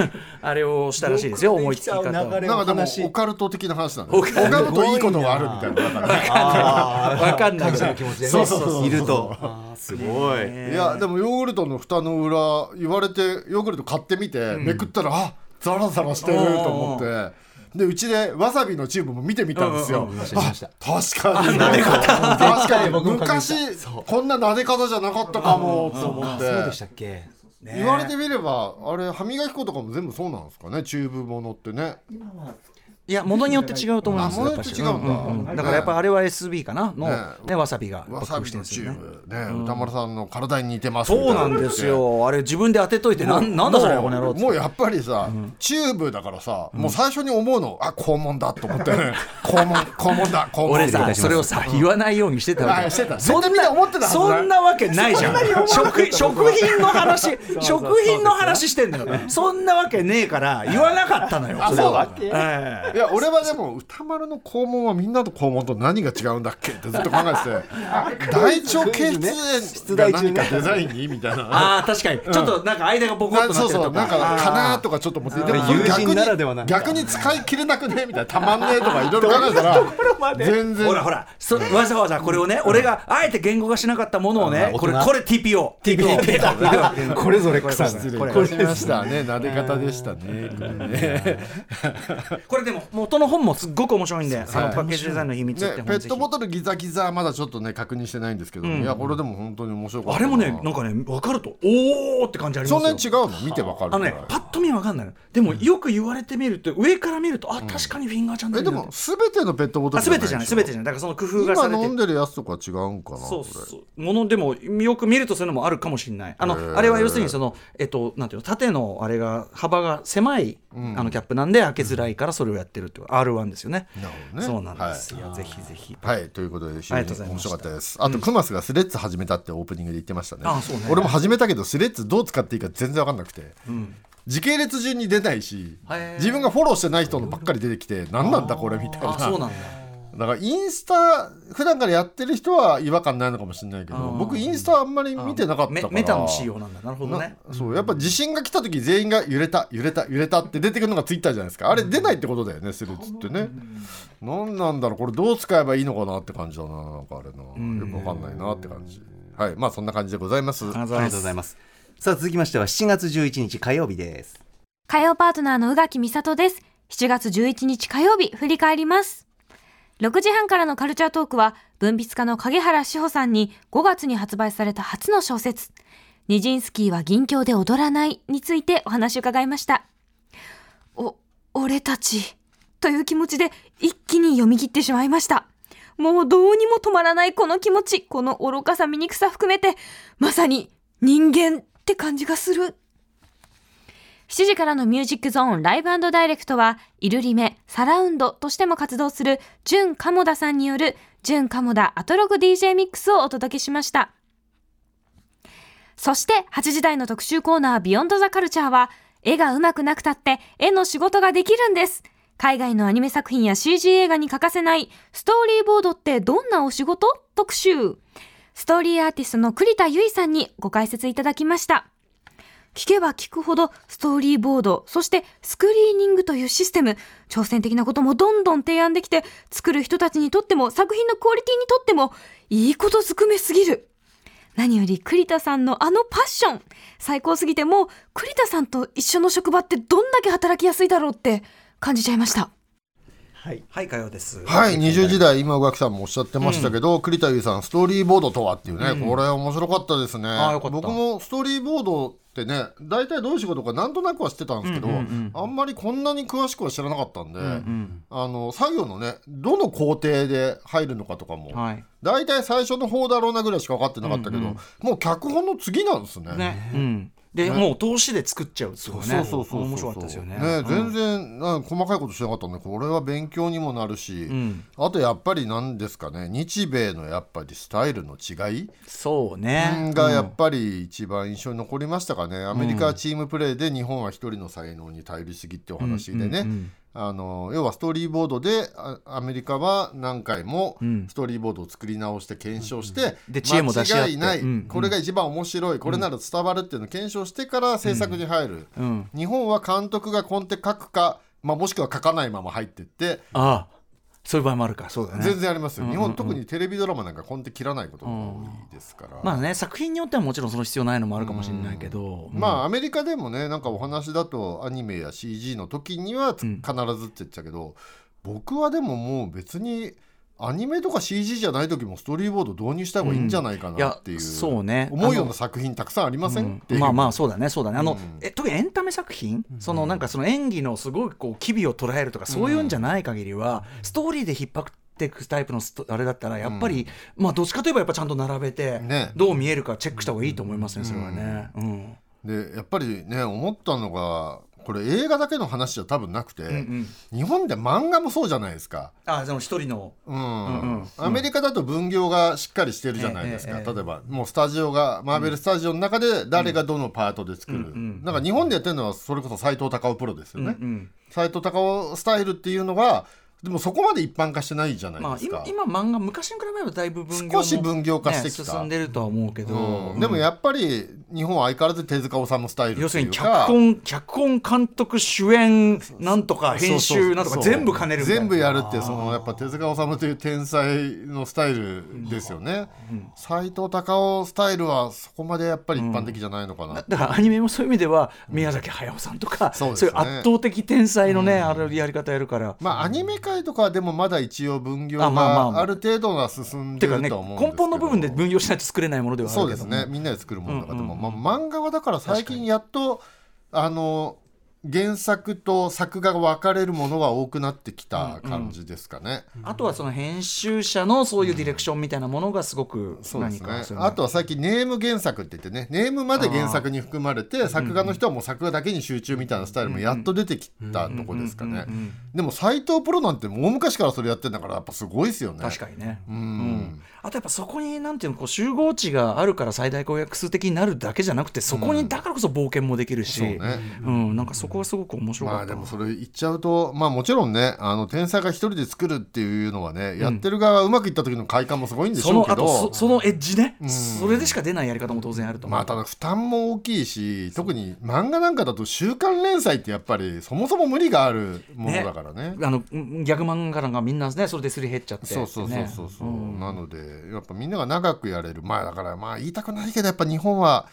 S2: な、 [laughs] あれをしたらしいですよ思いつき方を。
S3: なんかでもオカルト的な話なんでオカルトいいことがあるみたいなだから
S1: あ
S2: わかんない
S1: 各社の気持ちでね
S3: そうそうそうそう
S1: いるとあーすごい
S3: いやでもヨーグルトの蓋の裏言われてヨーグルト買ってみて、めくったらあザラザラしてると思ってでうちでわさびのチューブも見てみたんですよ、
S1: うんうんうん
S3: あ
S1: 見ました
S3: 確かに確か
S1: [laughs]
S3: に
S1: 僕も確認した
S3: 昔こんな撫で方じゃなかったかもと思
S1: あ
S3: っ
S1: そうでしてたっけ
S3: 言われてみればあれ歯磨き粉とかも全部そうなんですかねチューブものってね
S2: いや物によって違うと思います
S3: あ物によって違うんだ
S2: やぱしんだからやっぱあれは SB かなの、
S3: ね
S2: ね、わさびが
S3: わさび
S2: して
S3: の
S2: んです
S3: チ
S2: よ
S3: ー
S2: ね
S3: ムね歌丸さんの体に似てますみた
S2: そ
S3: いう
S2: なんですよあれ自分で当てといてなんなんだそれこの野郎
S3: も
S2: っ
S3: う
S2: て
S3: もうやっぱりさ、チューブだからさ、もう最初に思うのあ肛門だと思
S2: [laughs]
S3: って、ね、肛門肛門だ肛門
S2: 俺
S3: だ
S2: さそれをさ言わないようにしてたわけ
S3: あしてた
S2: そん
S3: 絶対みんな思ってたはずだ
S2: そんなわけないじゃん食食品の話食品の話してんのよそんなわけねえから言わなかったのよ
S3: あ
S2: それは
S3: そうだっけ
S2: ええ
S3: いや俺はでも歌丸の肛門はみんなと肛門と何が違うんだっけってずっと考
S2: [laughs]
S3: えてて大腸系出炎が何かデザインにみたいな。
S2: ああ確かにちょっとなんか間がボコッとな
S3: そ
S2: っ
S3: う
S2: てる
S3: そう
S2: と
S3: なんか
S2: か
S3: かなーとかちょっと思ってでも
S1: 友人
S3: 逆に
S1: ならではな
S3: 逆に使い切れなくねみたいなたまんねえとかいろいろ考えた
S2: [laughs]
S3: ら全然
S2: ほらほらそわざわざこれをね俺があえて言語化しなかったものをねこれこれ TPO TPO だ
S3: [laughs]
S1: これぞレクさん
S3: 失礼いたしましたね撫で方でしたねこれね
S2: これでも元の本もすっごく面白いんでそのパッケージデザインの秘密って
S3: ね
S2: 本
S3: ペッ
S2: ぜ
S3: ト
S2: ひ
S3: ボトルギザギザはまだちょっとね確認してないんですけどいやこれでも本当に面白かっ
S2: あ
S3: た
S2: れもね
S3: な
S2: なんかね分かるとおおって感じあり
S3: そ
S2: ま
S3: ん
S2: すよ
S3: なに違うの見てわかる
S2: あ
S3: か
S2: の
S3: ら
S2: ね、パッと見は分かんないのでもよく言われてみると上から見るとあ確かにフィンガーちゃんだ
S3: えでも全てのペットボト
S2: あ
S3: ル
S2: 全てじゃない全て
S3: でし
S2: じゃないだからその工
S3: ょ
S2: 夫がされ
S3: 今
S2: て
S3: 飲んでるやつとか違うんかな
S2: そう
S3: これ
S2: そうものでもよく見るとそういうのもあるかもしれないあのあれは要するにそのえっとなんていうの縦のあれが幅が狭い、あのキャップなんで開けづらいからそれをやってるっていう R1 ですよね
S3: なるほどね
S2: そうなんですよ、ぜひぜひ
S3: はいということで非
S2: あ
S3: 常
S2: りがとう
S3: に
S2: ございま
S3: 面
S2: した
S3: 白かったですあとクマスがスレッズ始めたってオープニングで言ってましたね
S2: あそうね
S3: 俺も始めたけどスレッズどう使っていいか全然分かんなくて時系列順に出ないし
S2: へー
S3: 自分がフォローしてない人のばっかり出てきて何なんだこれみたい
S2: あそうな
S3: なん
S2: だ
S3: だからインスタ普段からやってる人は違和感ないのかもしれないけど僕インスタあんまり見てなかったか
S2: メ
S3: ら
S2: メタの仕様なんだなるほどね
S3: なそうやっぱ地震が来た時全員が揺れた揺れた揺れたって出てくるのがツイッターじゃないですかあれ出ないってことだよねスレッズってね何なんだろうこれどう使えばいいのかなって感じだななんかあれなよくわかんないなって感じはいまあそんな感じでございます
S1: ありがとうございますさあ続きましては7月11日火曜日です
S5: 火曜パートナーの宇垣美里です。7月11日火曜日、振り返ります。6時半からのカルチャートークは、文筆家の影原志保さんに5月に発売された初の小説、ニジンスキーは銀鏡で踊らないについてお話を伺いました。お、俺たち、という気持ちで一気に読み切ってしまいました。もうどうにも止まらないこの気持ち、この愚かさ醜さ含めて、まさに人間って感じがする。7時からのミュージックゾーンライブダイレクトは、イルリメ、サラウンドとしても活動する、ジュン・カモダさんによる、ジュン・カモダアトログ DJ ミックスをお届けしました。そして、8時台の特集コーナー、ビヨンド・ザ・カルチャーは、絵が上手くなくたって、絵の仕事ができるんです。海外のアニメ作品や CG 映画に欠かせない、ストーリーボードってどんなお仕事特集。ストーリーアーティストの栗田結衣さんにご解説いただきました。聞けば聞くほどストーリーボード、そしてスクリーニングというシステム、挑戦的なこともどんどん提案できて、作る人たちにとっても作品のクオリティにとってもいいことずくめすぎる。何より栗田さんのあのパッション、最高すぎてもう栗田さんと一緒の職場ってどんだけ働きやすいだろうって感じちゃいました。
S2: はいはいかようです
S3: はい20時代今宇垣さんもおっしゃってましたけど、栗田優さんストーリーボードとはっていうね、これ面白かったですね
S2: あーよかった
S3: 僕もストーリーボードってね大体どういう仕事かなんとなくは知ってたんですけど、あんまりこんなに詳しくは知らなかったんで、あの作業のねどの工程で入るのかとかも、
S2: はい
S3: 大体最初の方だろうなぐらいしか分かってなかったけど、もう脚本の次なんですね。
S2: ねうんで、もう投資で作っちゃうっていうね
S3: そうそうそうそう
S2: 面白かったですよね
S3: 全然あ細かいことしなかったんでこれは勉強にもなるし、
S2: ん
S3: あとやっぱり何ですかね日米のやっぱりスタイルの違い
S2: そうね
S3: がやっぱり一番印象に残りましたかね、アメリカはチームプレーで日本は一人の才能に頼りすぎってお話でね、あの要はストーリーボードであアメリカは何回もストーリーボードを作り直して検証して、
S2: で知恵も出し合って
S3: 間違いない、
S2: うんうん
S3: これが一番面白いこれなら伝わるっていうのを検証してから制作に入る、
S2: うん
S3: 日本は監督がコンテ書くか、まあ、もしくは書かないまま入ってって
S2: ああそういう場合もあるかそうだね
S3: 全然ありますよ、日本特にテレビドラマなんかコンテ切らないことが多いですから、
S2: まあね作品によってはもちろんその必要ないのもあるかもしれないけど、
S3: まあアメリカでもねなんかお話だとアニメや CG の時にはつ必ずって言ってたけど、僕はでももう別にアニメとか CG じゃない時もストーリーボード導入した方がいいんじゃないか
S2: い
S3: な
S2: や
S3: っていう、
S2: そうね
S3: 思うような作品たくさんありませんっていう、
S2: まあまあそうだねそうだねあの、え特にエンタメ作品、そのなんかその演技のすごいこう機微を捉えるとかそういうんじゃない限りは、ストーリーで引っ張っていくタイプのストあれだったらやっぱり、まあどっちかといえばやっぱちゃんと並べて、
S3: ね
S2: どう見えるかチェックした方がいいと思いますねそれはね。うん
S3: でやっぱりね思ったのがこれ映画だけの話じゃ多分なくて、
S2: ん
S3: 日本で漫画もそうじゃないですか、
S2: あでも一人の
S3: うん
S2: うん
S3: アメリカだと分業がしっかりしてるじゃないですか、
S2: ええええ
S3: 例えばもうスタジオがマーベルスタジオの中で誰がどのパートで作る、
S2: ん
S3: なんか日本でやってるのはそれこそ斎藤隆夫プロですよね、
S2: うん
S3: 斎藤隆夫スタイルっていうのがでもそこまで一般化してないじゃない
S2: まあ
S3: ですか、
S2: 今今漫画昔に比べればだいぶ分業も
S3: 少し分業化してきた
S2: ね進んでるとは思うけど、
S3: うんでもやっぱり日本は相変わらず手塚治虫スタイル
S2: 要
S3: って
S2: す
S3: い
S2: る
S3: う
S2: に脚
S3: か
S2: 本脚本監督主演なんとか編集なんとか
S3: そうそう
S2: 全部兼ねるみたいな
S3: 全部やるっていうそのやっぱ手塚治虫という天才のスタイルですよね斎、藤隆夫スタイルはそこまでやっぱり一般的じゃないのかな、
S2: だからアニメもそういう意味では宮崎駿さんとか、
S3: そう
S2: そう
S3: ですね
S2: いう圧倒的天才のね、あれやり方やるから。
S3: まあアニメ界とかはでもまだ一応分業
S2: あまあま
S3: が
S2: あ
S3: ある程度が進ん
S2: て
S3: で
S2: か
S3: る
S2: ね
S3: とは思うんですけど、
S2: 根本の部分で分業しないと作れないものではあ
S3: そう
S2: るけ
S3: で
S2: ど
S3: す
S2: も
S3: ねみんなで作るものだから、でも、まあ、漫画はだから最近やっとあの原作と作画が分かれるものは多くなってきた感じですかね。
S2: あとはその編集者のそういうディレクションみたいなものがすごく
S3: そうで
S2: 何
S3: す
S2: か
S3: ね
S2: そ。ういうの
S3: あとは最近ネーム原作って言ってね、ネームまで原作に含まれて、作画の人はもう作画だけに集中みたいなスタイルもやっと出てきたとこですかね。でも斎藤プロなんてもう昔からそれやってんだからやっぱすごいですよね。
S2: 確かにね。
S3: うん。
S2: あとやっぱそこになんていうのこう集合地があるから最大公約数的になるだけじゃなくてそこにだからこそ冒険もできるし、
S3: そうね。
S2: うん、なんかそこはすごく面白
S3: ま
S2: か
S3: あ
S2: った
S3: で。もそれ言っちゃうと、まあもちろんね、あの天才が一人で作るっていうのはね、やってる側がうまくいった時の快感もすごいんでし
S2: そ
S3: ょう
S2: の
S3: け
S2: あと
S3: ど
S2: そ、そのエッジね、それでしか出ないやり方も当然あると思う。
S3: まあただ負担も大きいし、特に漫画なんかだと週刊連載ってやっぱりそもそも無理があるものだからね
S2: あのうんギャグ漫画がみんなねそれですり減っちゃって
S3: そうそうそうそうそう、
S2: ね
S3: なのでやっぱみんなが長くやれるまあだからまあ言いたくないけどやっぱ日本は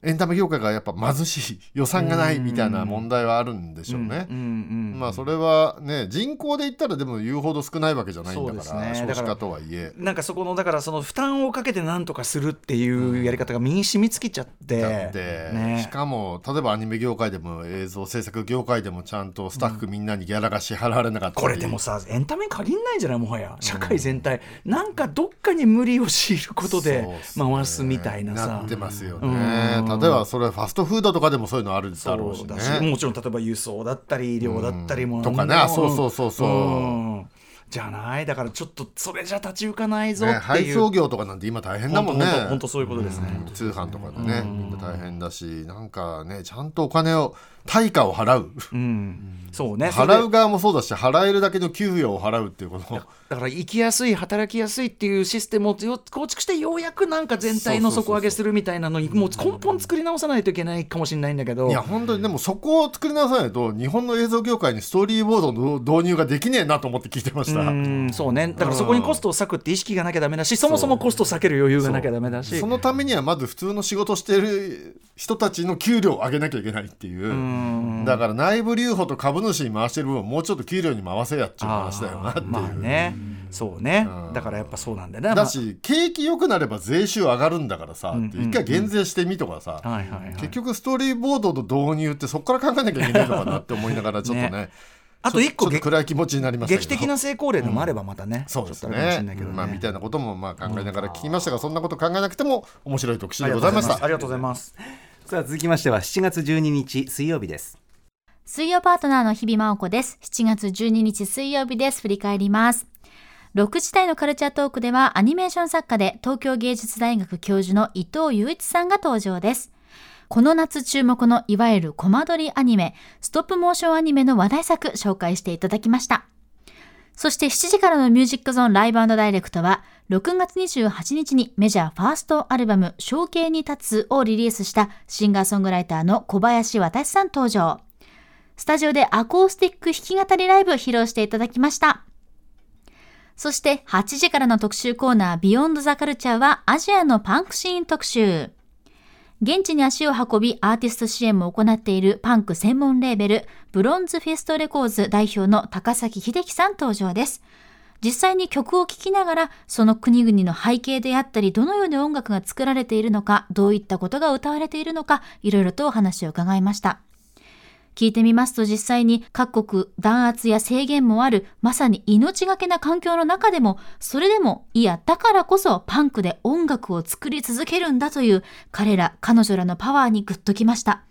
S3: エンタメ業界がやっぱ貧しい予算がないみたいな問題はあるんでしょうね
S2: うん、うんうん
S3: まあそれはね人口で言ったらでも言うほど少ないわけじゃないんだか
S2: そう
S3: ら、
S2: ですね
S3: 少
S2: だ
S3: 子
S2: から
S3: 化とはいえ
S2: なんかそこのだからその負担をかけてなんとかするっていうやり方が身に染みつきちゃって
S3: だって、し
S2: ね
S3: かも例えばアニメ業界でも映像制作業界でもちゃんとスタッフみんなにギャラが支払われなかったり、
S2: これでもさエンタメに限んないんじゃないもはや社会全体、なんかどっかに無理を強いることで
S3: そうっすね
S2: 回すみたいなさ
S3: なってますよ
S2: う
S3: ね
S2: ん
S3: 例えばそれはファストフードとかでもそういうのあるだろうし
S2: そう
S3: ね
S2: だしもちろん例えば輸送だったり医療だったり
S3: うん
S2: も
S3: とかね
S2: なん
S3: あそうそうそうそうん
S2: じゃないだからちょっとそれじゃ立ち行かないぞっ
S3: ね
S2: ていう、
S3: 配送業とかなんて今大変だもんね
S2: 本当本当本当そういうことですね
S3: うん通販とかでねみんな大変だしなんかねちゃんとお金を対価を払う
S2: うんそうねそれで
S3: [laughs] 払う側もそうだし払えるだけの給与を払うっていうこと
S2: だから生きやすい働きやすいっていうシステムをよ構築してようやくなんか全体の
S3: そうそうそうそう
S2: 底上げするみたいなのにもう根本作り直さないといけないかもしれないんだけど
S3: いや本当にでもそこを作り直さないと日本の映像業界にストーリーボードの導入ができねえなと思って聞いてました
S2: うんそうねだからそこにコストを割くって意識がなきゃダメだしそもそもコストを割ける余裕がなきゃダメだし
S3: そのためにはまず普通の仕事してる人たちの給料を上げなきゃいけないっていうだから内部留保と株主に回してる分をもうちょっと給料に回せやっていう話だよなっていう、
S2: まあねそうね
S3: うん
S2: だからやっぱそうなんだよね
S3: だし景気良くなれば税収上がるんだからさ、
S2: ん
S3: って一回減税してみとかさ、
S2: まあはいはいはい
S3: 結局ストーリーボードの導入ってそこから考えなきゃいけないのかなって思いながらちょっとね
S2: ねあと一個
S3: ちょっと暗い気持ちになりましたけ
S2: 劇
S3: ど
S2: 的な成功例でもあればまたね、
S3: そうです
S2: ちょっとあれかもしれ
S3: ね
S2: ないけどね
S3: まあみたいなこともまあ考えながら聞きましたがそんなこと考えなくても面白い特集でございました
S2: ありがとうございます
S1: さあ続きましては7月12日水曜日です
S6: 水曜パートナーの日々真央子です。7月12日水曜日です。振り返ります。6時台のカルチャートークではアニメーション作家で東京芸術大学教授の伊藤雄一さんが登場です。この夏注目のいわゆるコマ撮りアニメ、ストップモーションアニメの話題作紹介していただきました。そして7時からのミュージックゾーンライブダイレクトは、6月28日にメジャーファーストアルバム、象形に立つをリリースしたシンガーソングライターの小林渡さん登場。スタジオでアコースティック弾き語りライブ披露していただきました。そして8時からの特集コーナービヨンドザカルチャーはアジアのパンクシーン特集。現地に足を運びアーティスト支援も行っているパンク専門レーベルブロンズフェストレコーズ代表の高崎秀樹さん登場です。実際に曲を聴きながらその国々の背景であったりどのように音楽が作られているのかどういったことが歌われているのかいろいろとお話を伺いました聞いてみますと実際に各国弾圧や制限もあるまさに命がけな環境の中でもそれでもいやだからこそパンクで音楽を作り続けるんだという彼ら彼女らのパワーにグッときました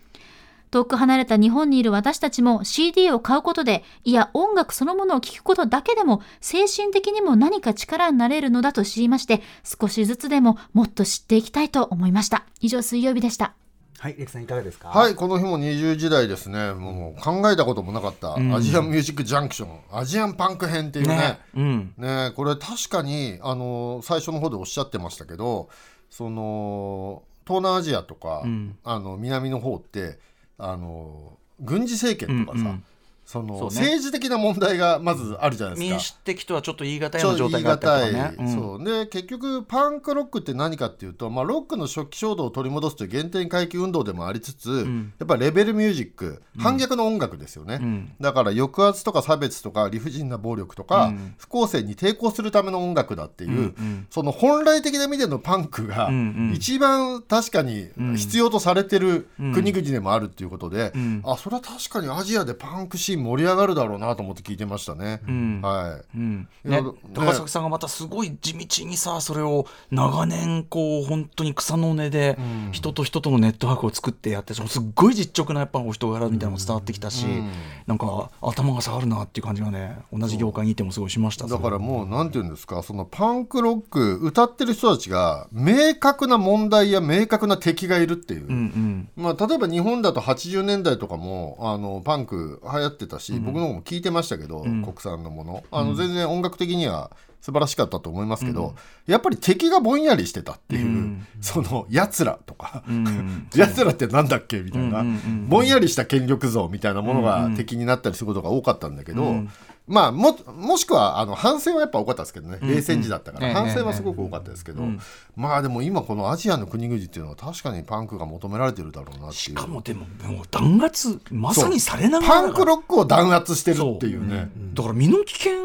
S6: 遠く離れた日本にいる私たちも CD を買うことでいや音楽そのものを聴くことだけでも精神的にも何か力になれるのだと知りまして少しずつでももっと知っていきたいと思いました以上水曜日でした
S1: はい、レクさんいかがですか。
S3: はい、この日も20時代ですね。もう考えたこともなかった、アジアンミュージックジャンクション、アジアンパンク編っていうね。ね、
S2: うん
S3: これ確かにあの最初の方でおっしゃってましたけど、その東南アジアとか、
S2: ん
S3: あの南の方ってあの軍事政権とかさ、
S2: うんうん
S3: その
S2: そうね
S3: 政治的な問題がまずあるじゃないですか。
S2: 民主的とはちょっと言い難い
S3: ち
S2: よう
S3: ょ
S2: な
S3: っ
S2: 状
S3: と
S2: 態
S3: 言
S2: が
S3: い
S2: あったりと
S3: 難い
S2: かね。うん
S3: そうで結局パンクロックって何かっていうと、まあ、ロックの初期衝動を取り戻すという原点回帰運動でもありつつ、
S2: ん
S3: やっぱレベルミュージック反逆の音楽ですよね、
S2: ん
S3: だから抑圧とか差別とか理不尽な暴力とか、
S2: うん
S3: 不公正に抵抗するための音楽だっていう、
S2: うん
S3: その本来的な意味でのパンクが
S2: うんうん
S3: 一番確かに必要とされてる
S2: うん
S3: 国々でもあるっていうことで、
S2: うん
S3: あそれは確かにアジアでパンクシーン盛り上がるだろうなと思って聞いてましたね。
S2: うん
S3: はい
S2: うん
S3: いや
S2: ね
S3: ね、
S2: 高崎さんがまたすごい地道にさそれを長年こう本当に草の根で
S3: うん
S2: 人と人とのネットワークを作ってやってそのすっごい実直なやっぱお人柄みたいなのも伝わってきたし、
S3: うん
S2: なんか頭が下がるなっていう感じがね同じ業界にいてもすごいしました
S3: だからもうなんていうんですかそのパンクロック歌ってる人たちが明確な問題や明確な敵がいるっていう、
S2: うんうん
S3: まあ、例えば日本だと80年代とかもあのパンク流行ってたし、僕の方も聞いてましたけど、
S2: ん
S3: 国産のものあの全然音楽的には素晴らしかったと思いますけど、やっぱり敵がぼんやりしてたっていう、
S2: うん
S3: そのやつらとか、
S2: うん
S3: [laughs] やつらってなんだっけみたいな、
S2: うんうんうん
S3: ぼんやりした権力像みたいなもの
S2: うん
S3: が
S2: うん
S3: 敵になったりすることが多かったんだけど、
S2: うん
S3: まあももしくはあの反戦はやっぱ多かったですけどね、
S2: ん
S3: 冷戦時だったか
S2: ええ
S3: ら反戦はすごく多かったですけど、
S2: うん
S3: まあでも今このアジアの国々っていうのは確かにパンクが求められてるだろうなって
S2: し
S3: いう
S2: かもでももう弾圧まさにされながら
S3: パン
S2: だ
S3: ク
S2: から
S3: ロックを弾圧してるっていうね
S2: だから身の危険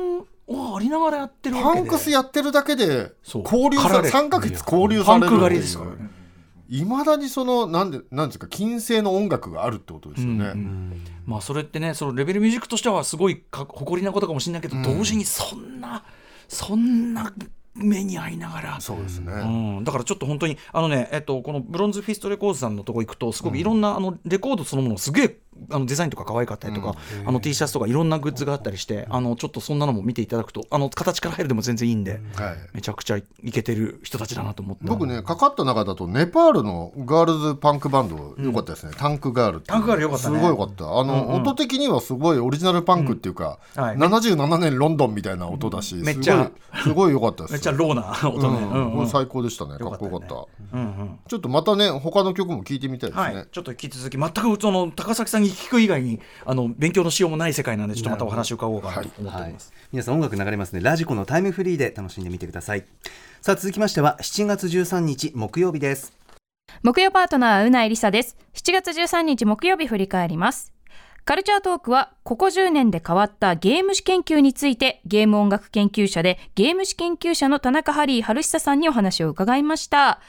S2: はありながらやってるわ
S3: パ
S2: けで
S3: ンクスやってるだけで
S2: そう
S3: 交流
S2: 狩ら
S3: さ
S2: れ
S3: 3か月交流
S2: パ
S3: さ
S2: ン
S3: れる
S2: ク狩りですからね
S3: いまだにそのなんでなんですか金星の音楽があるってことですよね、
S2: まあそれってねそのレベルミュージックとしてはすごいか誇りなことかもしれないけど、同時にそんなそんな目に遭いながら。
S3: そうですね、
S2: うん、だからちょっと本当にあのね、えっと、このブロンズフィストレコードさんのとこ行くとすごくいろんな、あのレコードそのものすげえあのデザインとか可愛かったりとか、あの T シャツとかいろんなグッズがあったりして、あのちょっとそんなのも見ていただくとあの形から入るでも全然いいんで、
S3: はい
S2: めちゃくちゃいけてる人たちだなと思って
S3: 僕ねかかった中だとネパールのガールズパンクバンド良かったですね、タンクガールっていう
S2: タンクガール良かったね
S3: すごい良かったあの、音的にはすごいオリジナルパンクっていうか、
S2: うんはい
S3: 77年ロンドンみたいな音だし、
S2: めっちゃ
S3: すごいすごい良かったです
S2: めっちゃローな音ね、
S3: う
S2: うんん
S3: こ
S2: うん
S3: れ最高でしたねか
S2: 良か
S3: っ
S2: った
S3: こ
S2: よね
S3: よかった
S2: うんうん
S3: ちょっとまたね他の曲も聴いてみたいですね、
S2: はい、ちょっと引き続き全くその高崎さんに聞く以外にあの勉強のしようもない世界なんでちょっとまたお話を伺おうかなと思ってお
S1: は
S2: り
S1: い
S2: ます。、
S1: 皆さん音楽流れますねラジコのタイムフリーで楽しんでみてくださいさあ続きましては7月13日木曜日です
S7: 木曜パートナーうないりさです7月13日木曜日振り返りますカルチャートークはここ10年で変わったゲーム史研究についてゲーム音楽研究者でゲーム史研究者の田中ハリー春久さんにお話を伺いました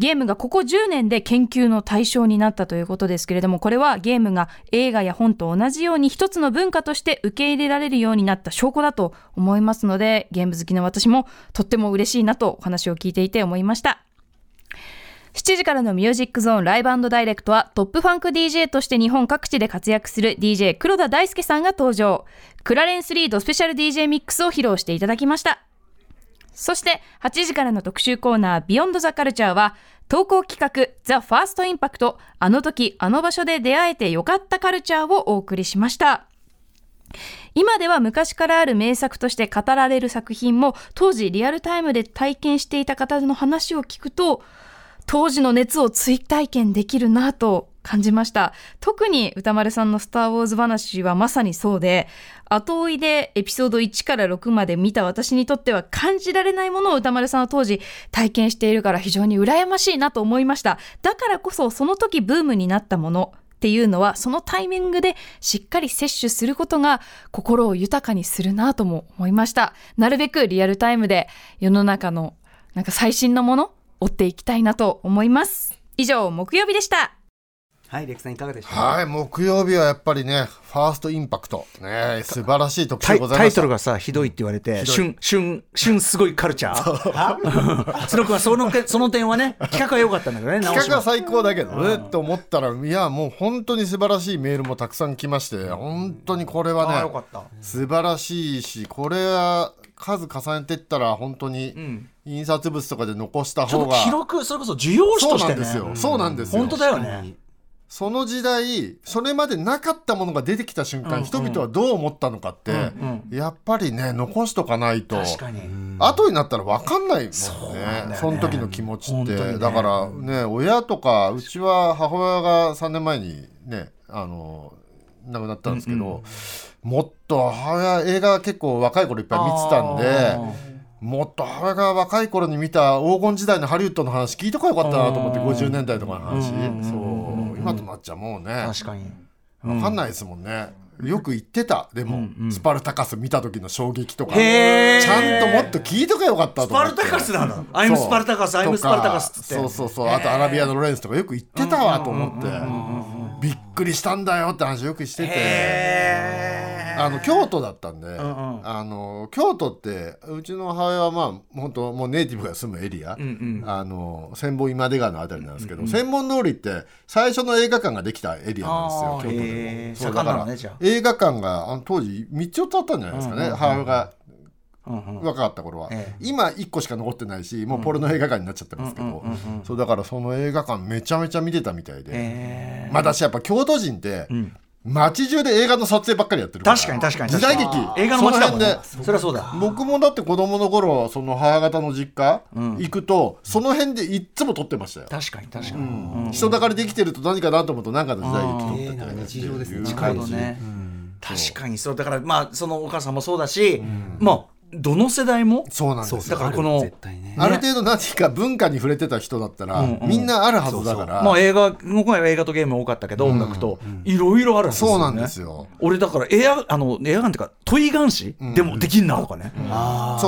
S7: ゲームがここ10年で研究の対象になったということですけれどもこれはゲームが映画や本と同じように一つの文化として受け入れられるようになった証拠だと思いますのでゲーム好きの私もとっても嬉しいなとお話を聞いていて思いました7時からのミュージックゾーンライブダイレクトはトップファンク DJ として日本各地で活躍する DJ 黒田大輔さんが登場。クラレンスリードスペシャル DJ ミックスを披露していただきました。そして8時からの特集コーナービヨンドザカルチャーは投稿企画ザ・ファーストインパクトあの時あの場所で出会えてよかったカルチャーをお送りしました。今では昔からある名作として語られる作品も当時リアルタイムで体験していた方の話を聞くと当時の熱を追体験できるなと感じました特に歌丸さんの「スター・ウォーズ」話はまさにそうで後追いでエピソード1から6まで見た私にとっては感じられないものを歌丸さんは当時体験しているから非常に羨ましいなと思いましただからこそその時ブームになったものっていうのはそのタイミングでしっかり摂取することが心を豊かにするなとも思いましたなるべくリアルタイムで世の中のなんか最新のもの追っていきたいなと思います以上木曜日でした
S1: はい、レクさんいかがでしたか。
S3: はい、木曜日はやっぱりね、ファーストインパクト。ね、素晴らしい特集
S2: タイ
S3: ござい
S2: タ
S3: ま
S2: イ
S3: し
S2: ト
S3: た
S2: ル。がさひどいって言われて「
S3: ひどい
S2: 旬旬旬すごいカルチャー」 [laughs] その君はそのその点はね企画は良かったんだけどね直
S3: 企
S2: し
S3: 画
S2: も
S3: は最高だけどね、と思ったら、いや、もう本当に素晴らしいメールもたくさん来まして、本当にこれ
S2: あー
S3: は
S2: よか
S3: ね、
S2: った
S3: 素晴らしいし、これは数重ねてったら、本当に印刷物とかで残した
S2: ちょ
S3: 方
S2: っ
S3: が
S2: と。記録それこそ需要誌
S3: そ
S2: と
S3: う
S2: し
S3: な
S2: て
S3: んですよ。
S2: ね
S3: そうなんですよ。
S2: 本当だよね
S3: その時代それまでなかったものが出てきた瞬間、人々はどう思ったのかって、やっぱりね残しとかないと
S2: 確かに
S3: 後になったら分かんないもんねその時の気持ちって、だからね親とかうちは母親が3年前にねあの亡くなったんですけど、もっと母親映画結構若い頃いっぱい見てたんで。もっと母親が若い頃に見た黄金時代のハリウッドの話聞いとかよかったなと思って50年代とかの話そう今となっちゃもうね
S2: 確かに
S3: 分かんないですもんねよく言ってたでも、スパルタカス見た時の衝撃とかち
S2: へー
S3: ゃんともっと聞いとかよかったと
S2: ス
S3: 思っ
S2: パ
S3: て
S2: ルタカスなのアイムスパルタカスアイムスパルタカスっつって
S3: そうそうそうあとアラビアのロレンスとかよく言ってたわと思ってびっくりしたんだよって話よくしててあの京都だったんで、あの京都ってうちの母親はまあ本当もうネイティブが住むエリア、あの千本今出川のあたりなんですけど、千本通りって最初の映画館ができたエリアなんですよ京都で
S2: へー
S3: もそう
S2: 盛んなのね
S3: だ
S2: じゃあ
S3: から映画館があの当時3つ4つあったんじゃないですかね、母親が若かった頃は、
S2: え
S3: 今1個しか残ってないしもうポルノ映画館になっちゃってますけど、そうだからその映画館めちゃめちゃ見てたみたいで、
S2: へ
S3: まあ私やっぱ京都人って、街中で映画の撮影ばっかりやってるから
S2: 確かに確かに
S3: 時代劇
S2: 映画の街だもんね
S3: その辺で
S2: それはそうだ
S3: 僕もだって子供の頃その母方の実家行くと、その辺でいっつも撮ってましたよ、
S2: 確かに確かに
S3: 人だかりできてると何かなと思うと何かの時代劇
S1: え
S3: 撮
S1: ー
S3: って
S1: な
S3: て
S1: んか日常ですね。
S2: なるほどね、確かにそうだからまあそのお母さんもそうだし、まあどの世代も
S3: そうなんです
S2: だ
S3: よ
S2: からこの
S1: 絶対ね。
S3: ある程度何か文化に触れてた人だったら、みんなあるはずだから
S2: まあ映画今回は映画とゲーム多かったけど、音楽といろいろあるんですよ、ね、
S3: そうなんですよ
S2: 俺だからエアあのエアガンっていうかトイガン誌、でもできんなとかね、
S3: そう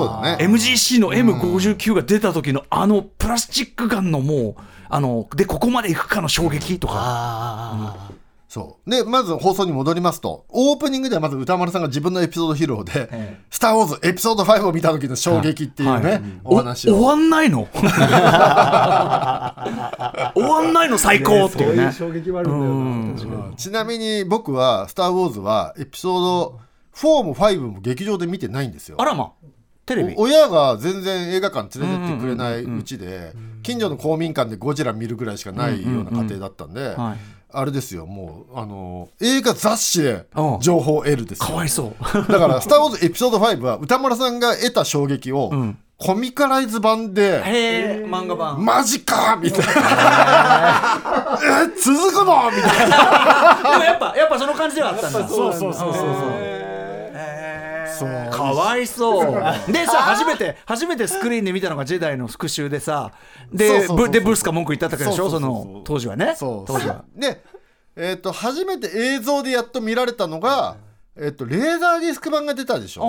S3: だね
S2: MGC の M59 が出た時のあのプラスチックガンのもうあのでここまでいくかの衝撃とか
S1: あ
S3: そうでまず放送に戻りますとオープニングではまず歌丸さんが自分のエピソード披露で「
S2: え
S3: スター・ウォーズ」エピソード5を見た時の衝撃っていうね、
S2: はい
S3: お話
S2: 終
S3: を
S2: わんない
S3: [laughs]
S2: の終わんないの最高っていうね
S1: 衝撃はあるんだよな。
S3: ちなみに僕は「スター・ウォーズ」はエピソード4も5も劇場で見てないんですよ
S2: あらまテレビ
S3: お親が全然映画館連れてってくれないうちで近所の公民館でゴジラ見るぐらいしかないような家庭だったんで
S2: はい
S3: あれですよもうあの映画雑誌で
S2: うん
S3: 情報を得るです
S2: か
S3: よ
S2: わいそう
S3: だから「スター・ウォーズ」エピソード5は歌丸さんが得た衝撃をコミカライズ版で
S2: へえ漫画
S3: 「
S2: 版
S3: マジか!」みたいな「え続くの?」みたいな
S2: でもやっぱやっぱその感じではあったんだ
S3: そうそうそうそうそう
S2: かわいそうでさ初めて初めてスクリーンで見たのが「ジェダイ」の復習でさ
S3: そう
S2: で
S3: そうそうそう
S2: ブでブスか文句言っただけでしょそ
S3: そ
S2: う
S3: そうそうそう
S2: の当時はね
S3: そう
S2: 当時は
S3: で、えー、と初めて映像でやっと見られたのが、えー、とレーザーディスク版が出たでしょ
S2: あ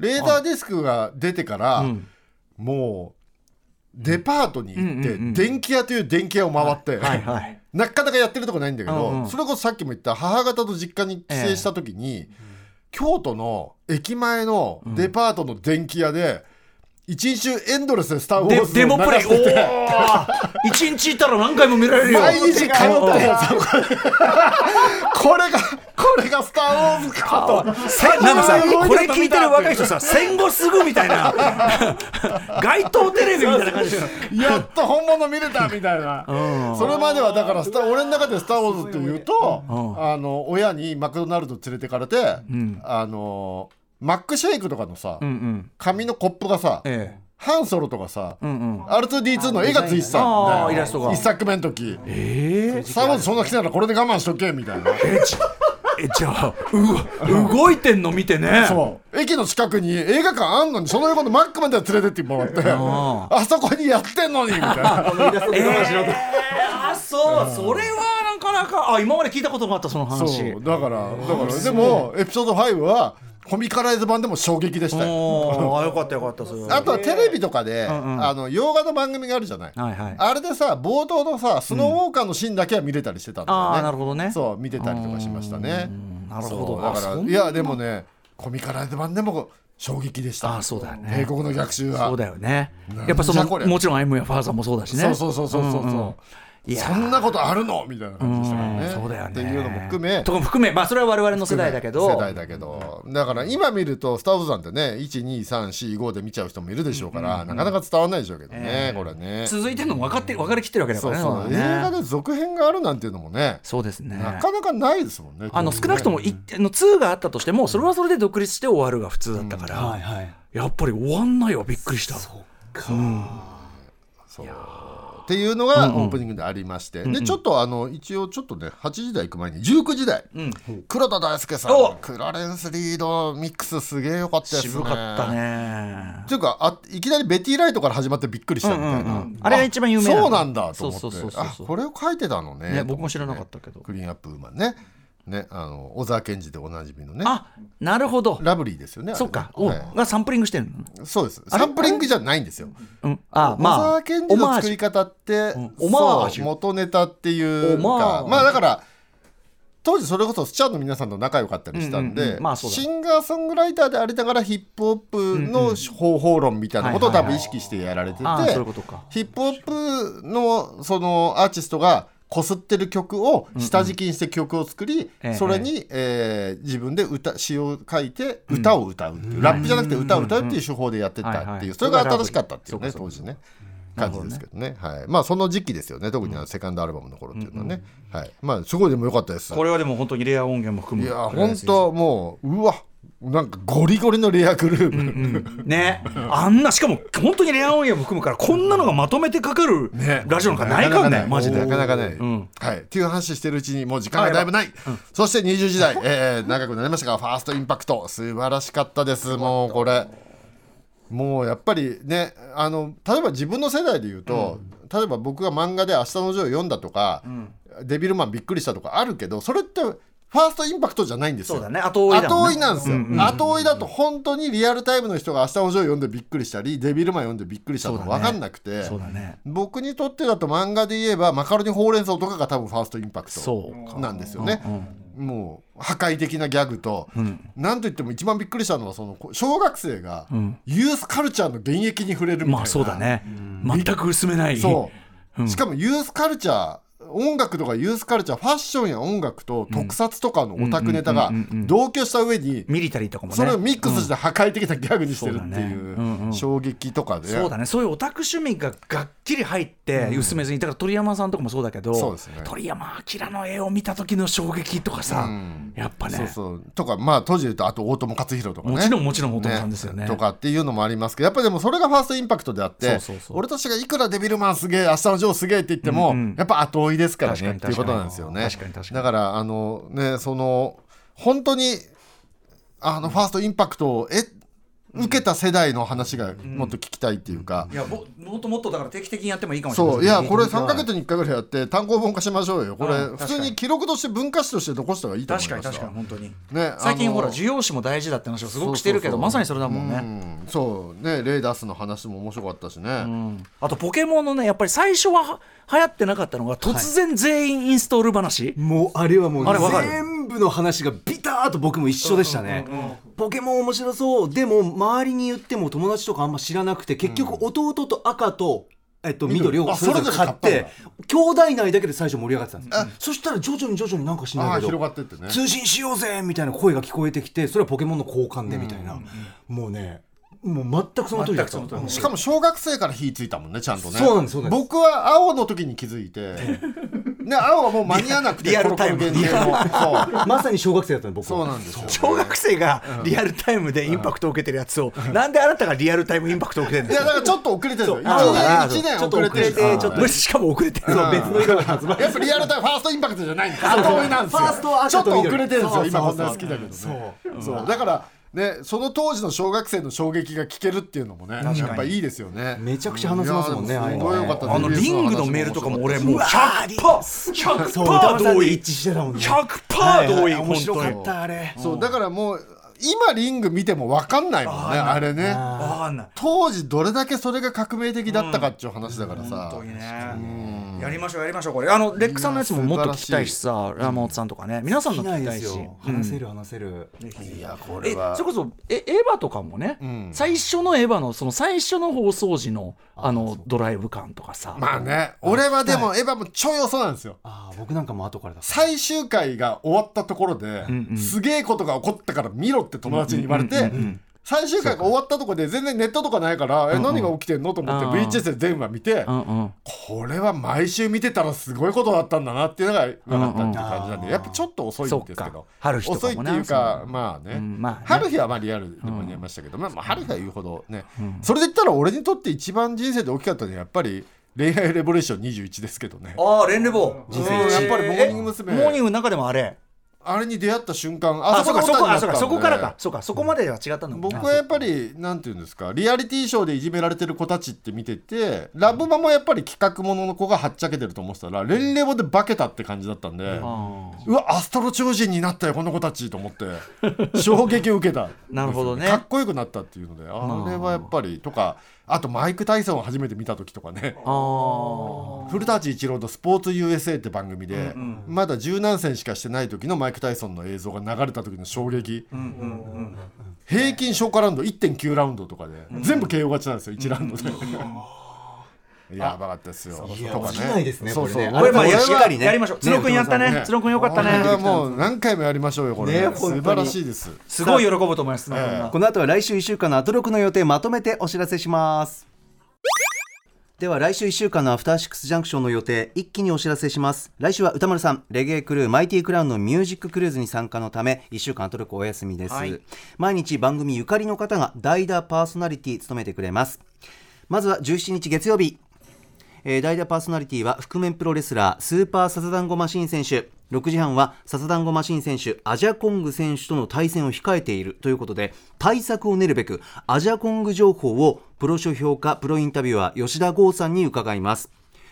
S3: レーザーディスクが出てから、もうデパートに行
S2: うんうん
S3: って、
S2: うん
S3: 電気屋という電気屋を回って、
S2: あはい
S3: [laughs]
S2: はい
S3: なかなかやってるとこないんだけど、
S2: うんうん
S3: それこそさっきも言った母方と実家に帰省した時に、京都の駅前のデパートの電気屋で、一日中エンドレスで「スター・ウォ
S2: で
S3: ーズ」
S2: デモプレイお
S3: を流してて
S2: お一日いたら何回も見られるよ
S3: 毎日通ったよそ [laughs] こにこれがこれが「スター・ウォーズ」かと
S2: せなんかさこれ聞いてる若い人さ戦後すぐみたいな [laughs] 街頭テレビみたいな感じで
S3: やっと本物見れたみたいな、それまではだからスタ俺の中で「スター・ウォーズ」っていうと、あの親にマクドナルド連れてかれて、あのマックシェイクとかのさ、紙のコップがさ、
S2: ええ
S3: ハンソロとかさ、R2D2 の絵がついてた
S2: あ
S3: ん
S2: ー
S3: で
S2: イラストが
S3: 一作目の時「スター・ウォーズそんな来たらこれで我慢しとけ」みた
S2: [laughs]
S3: いな。
S2: えちえじゃあう動いてんの見てね
S3: そう駅の近くに映画館あんのにその横のマックまでは連れてってもらってあ
S2: [laughs]
S3: そこにやってんのにみたいな
S1: 思い出す
S2: えーあそうそれはなんかなかあ今まで聞いたことがあったその
S3: そ
S2: 話
S3: うだからだからでもエピソード5はコミカライズ版でも衝撃でしたよ
S2: おーあよかったよかったそれは
S3: あとはテレビとかで、あの洋画の番組があるじゃない、
S2: はいはい
S3: あれでさ冒頭のさスノーウォーカーのシーンだけは見れたりしてたんだよね、
S2: ああなるほどね
S3: そう見てたりとかしましたねな
S2: るほど
S3: だ
S2: あ
S3: から
S2: そんない
S3: やでもねコミカライズ版でも衝撃でした
S2: あそうだよね
S3: 帝国の逆襲は
S2: そうだよねやっぱその
S3: なんじゃこりゃ
S2: もちろん M やファーザーもそうだしね
S3: そうそうそうそうそうそう
S2: いや
S3: そんなことあるのみたいな感じでしたからね。
S2: そうだよね
S3: っていうのも含め
S2: とかも含めまあそれは我々の世代だけど
S3: 世代だけどだから今見ると「スター・ウォーズ」なんてね123455で見ちゃう人もいるでしょうから、なかなか伝わらないでしょうけどね、これね
S2: 続いてるのも分かって分かりきってるわけだか
S3: そう
S2: らね
S3: そう、映
S2: だから
S3: 画
S2: ね
S3: で続編があるなんていうのもね
S2: そうですね
S3: なかなかないですもんね
S2: あの少なくとも一あの2があったとしてもそれはそれで独立して終わるが普通だったから、
S1: はいはい
S2: やっぱり終わんないわびっくりした
S3: そうっていうのがオープニングでありまして、でちょっとあの一応ちょっとね8時台行く前に19時台、黒田大輔さ
S2: お
S3: んクラレンス・リードミックスすげえよかったですね
S2: 渋かったね
S3: っていうかあいきなりベティ・ライトから始まってびっくりしたみたいな、
S2: あれが一番有名なの
S3: そうなんだと思って
S2: そうそうそう
S3: あ
S2: そう
S3: これを書いてたのね
S2: ね僕も知らなかったけど
S3: クリーンアップウーマンねねあの小沢健二でおなじみのね
S2: あなるほど
S3: ラブリーですよねあれね
S2: そっか、お
S3: はい
S2: がサンプリングしてるの、
S3: そうですサンプリングじゃないんですよ
S2: うん、あ
S3: 小
S2: まあ
S3: 沢健二の作り方って
S2: オマージュ
S3: そう元ネタっていう
S2: オマー
S3: か
S2: ジュ
S3: まあだから当時それこそスチャーの皆さんと仲良かったりしたん
S2: うんうん
S3: で
S2: うんまあそうだ
S3: シンガーソングライターでありながらヒップホップの方法論みたいなことを
S2: はいは
S3: 多
S2: いはい
S3: 分意識してやられてて
S2: ああそういうことか
S3: ヒップホップのそのアーティストがこすってる曲を下敷きにして曲を作り、
S2: ええ
S3: それに、えー自分で歌詩を書いて歌を歌うっていう、ラップじゃなくて歌を歌うっていう手法でやってたっていう、
S2: はいはい
S3: それが新しかったってい
S2: そ
S3: う
S2: う
S3: ね
S2: かそうか
S3: 当時ね感じですけどねはい、まあその時期ですよね特にあのセカンドアルバムの頃っていうのはね、はい、まあすごいでもよかったです
S2: これはでも本当にレア音源も含
S3: い
S2: む
S3: や本当もううわなんかゴリゴリのレアグループ、
S2: ね [laughs] あんなしかも本当にレア音源も含むからこんなのがまとめてかかるラジオなんかないからねマジで
S3: なかなかない、
S2: ん
S3: はいっていう話してるうちにもう時間がだいぶない、そして20時代、えー長くなりましたがファーストインパクト素晴らしかったですもうこれもうやっぱりねあの例えば自分の世代で言うと、例えば僕が漫画で「明日のジョー」読んだとか、デビルマンびっくりした」とかあるけどそれってファーストインパクトじゃないんですよ
S2: そうだね後追いだ
S3: 後
S2: もん
S3: 追
S2: ね
S3: いなんですよ、後追いだと本当にリアルタイムの人が「明日のジョー」読んでびっくりしたりデビルマン読んでびっくりしたのが分かんなくて、
S2: そうだね
S3: 僕にとってだと漫画で言えばマカロニほうれん草とかが多分ファーストインパク
S2: そう
S3: トなんですよね。もう破壊的なギャグと、なんといっても一番びっくりしたのはそのこ小学生がユースカルチャーの現役に触れるみたいな、
S2: まあそうだね全く薄めない
S3: そう、しかもユースカルチャー音楽とかユースカルチャーファッションや音楽と特撮とかのオタクネタが同居した上に
S2: ミリタリーとかもね
S3: それをミックスして破壊的なギャグにしてるって
S2: そうだねうんう
S3: い
S2: ん
S3: う衝撃とかで、
S2: そうだねそういうオタク趣味ががっきり入って薄めずに、だから鳥山さんとかもそうだけど、
S3: そうですね
S2: 鳥山明の絵を見た時の衝撃とかさ、やっぱね
S3: そうそうとかまあ当時で言うとあと大友克洋とかね
S2: もちろんもちろん大友さんですよね
S3: とかっていうのもありますけどやっぱでもそれがファーストインパクトであって
S2: そうそうそう
S3: 俺たちがいくらデビルマンすげえ明日のジョーすげえって言っても、
S2: うんうん
S3: やっぱ後追いですから
S2: 確か
S3: ねっ
S2: に
S3: ていうことなんですよね
S2: 確かに確かに
S3: だからあのねその本当にあのファーストインパクトをえ受けた世代の話がもっと聞きたいっていうか、
S2: いやももっともっとだから定期的にやってもいいかもしれない
S3: そういやこれ
S2: 確
S3: 3か月に1回ぐらいやって単行本化しましょうよこれ
S2: うん
S3: 普通に記録として文化史として残した方がいいと思い
S2: か
S3: ま
S2: に
S3: す
S2: 確かに本当に
S3: ね
S2: 最近
S3: あの
S2: ほら需要詞も大事だって話をすごくしてるけど
S3: そうそうそう
S2: まさにそれだもんね、
S3: うんそうねレイダースの話も面白かったしね、
S2: あとポケモンのねやっぱり最初はは流行ってなかったのが突然全員インストール話、
S1: もうあれはもう
S2: あれわかる
S1: 全部の話がビターと僕も一緒でしたね、ポケモン面白そうでも周りに言っても友達とかあんま知らなくて結局弟と赤と、えっと、緑を
S3: あ
S1: それぞれ
S3: それ
S1: 買
S3: ぞ
S1: っ
S3: れ買ってたんだ
S1: 兄弟内だけで最初盛り上がってたんです、そしたら徐々に徐々になんかしないけ
S3: あー
S1: ど
S3: 広がってってね
S1: 通信しようぜみたいな声が聞こえてきてそれはポケモンの交換でみたいな、もうねもう全くその通りだった
S2: 全くその通り
S1: うん
S3: しかも小学生から火ついたもんねちゃんとね
S1: そうなんですそうなんです
S3: 僕は青の時に気づいて、ね、青はもう間に合わなくて
S2: リアルタイム
S3: コロコロ限定のそう
S1: まさに小学生だったの僕は
S3: そうなんですよ
S2: 小学生がリアルタイムでインパクトを受けてるやつを、なんであなたがリアルタイムインパクトを受けてるん
S3: い
S2: です
S3: やだ
S2: か
S3: からちょっと遅れてるよ1
S1: あー
S3: 年一
S1: ちょ
S3: 年
S1: っと
S3: 遅れてる
S1: 遅れてちょっと
S2: むししかも遅れてる、
S1: 別の色が発売
S3: やっぱリアルタイムファーストインパクトじゃないんですよ後追いなんですよ
S1: ファーストは
S3: ちょ
S1: 赤
S3: っ
S1: と
S3: と
S1: 緑
S3: 遅れてるんです
S1: そうそう
S3: よ今本当に好きだけどねそうだからね、その当時の小学生の衝撃が聞けるっていうのもね、やっぱいいですよね。
S1: めちゃくちゃ話せますもんね
S3: いやー
S1: ああいう
S3: す
S1: の
S3: ご
S1: ね
S3: いよかったです
S2: あのリングのメールとかも俺もう100%パー
S1: そう歌丸さん
S2: 同
S1: と
S2: 意
S1: 一致してたもんね
S2: 100%同
S1: はい
S2: 意
S1: はい面白かったあれ
S3: そうだからもう今リング見ても分かんないもんねあれね
S2: わかんない
S3: 当時どれだけそれが革命的だったかっていう話だからさ、
S2: 本当にねやりましょうやりましょうこれあのレックさんのやつももっと聞きたいしさラモンさんとかね皆さん
S1: 聞き
S2: の
S1: な
S2: 聞
S1: い
S2: きた
S1: で
S2: い
S1: す
S2: し
S1: よ話せる話せる
S3: いやこ
S2: え
S3: れは
S2: それこそえエヴァとかもね、最初のエヴァのその最初の放送時のあのドライブ感とかさ、
S3: まあね俺はでもエヴァもちょい遅なんですよ
S1: ああ僕なんかも後からだ
S3: 最終回が終わったところで、すげえことが起こったから見ろって友達に言われて、最終回が終わったところで全然ネットとかないから、え何が起きてんのと思って
S2: うん
S3: VHS で全話見て、
S2: うんうん、
S3: これは毎週見てたらすごいことだったんだなっていうのが分かったっていう感じなんで、やっぱちょっと遅いんです
S2: そ
S3: け
S2: っか
S3: ど
S2: 春日と
S3: 遅
S2: か
S3: いっ
S2: も
S3: て
S2: ね
S3: いうかまあね,、
S2: うんまあね
S3: 春日はまあリアルでもりましたけど、まあ、まあ春日は言うほどね、それで言ったら俺にとって一番人生で大きかったのはやっぱり「恋愛レボリューション21」ですけどね
S2: ああレンレボー
S3: うんやっぱりモーニング娘
S2: モーニングの中でもあれ
S3: あれに出会った瞬間
S2: あそ
S3: あそうこ
S2: かそ
S3: の
S2: こ
S3: 歌
S2: あ
S3: に
S2: そう
S3: な
S2: か
S3: った
S2: そ
S3: んで
S2: こからかそうかそこまでは違ったの
S3: 僕はやっぱりなんていうんですかリアリティショーでいじめられてる子たちって見ててラブマもやっぱり企画ものの子がはっちゃけてると思ってたらレンレボで化けたって感じだったんでうわアストロ超人になったよこの子たちと思って衝撃を受けた
S2: なるほどね
S3: かっこよくなったっていうのであれはやっぱりとかあとマイク・タイソンを初めて見た時とかね
S2: あー
S3: 古舘一郎の「スポーツ USA」って番組で、まだ十何戦しかしてない時のマイク・タイソンの映像が流れた時の衝撃、平均消化ラウンド1.9ラウンドとかで、全部 KO 勝ちなんですよ1ラウンドで。 [laughs] やばかったですよ。とか
S1: や落ちないですね
S3: そうそ
S1: これ
S3: う。
S1: ね
S2: これまあ
S1: 俺
S2: や
S1: は
S2: しっかりねやりましょう
S1: ね
S2: 鶴くんやったね
S3: ね
S2: 鶴くんよかった
S3: これ
S2: ね
S3: はもう何回もやりましょうよこれ。
S1: ね
S3: 素晴らしいです。
S2: すごい喜ぶと思います鶴くん
S3: え
S2: が
S1: この後は来週1週間のアトロクの予定まとめてお知らせしますでは来週1週間のアフターシックスジャンクションの予定一気にお知らせします来週は歌丸さんレゲエクルーマイティクラウンのミュージッククルーズに参加のため1週間アトロクお休みです、毎日番組ゆかりの方が代打パーソナリティ務めてくれますまずは17日月曜日えー、代打パーソナリティは覆面プロレスラースーパーサザダンゴマシン選手6時半はサザダンゴマシン選手アジャコング選手との対戦を控えているということで対策を練るべくアジャコング情報をプロ書評家プロインタビュアー吉田剛さんに伺います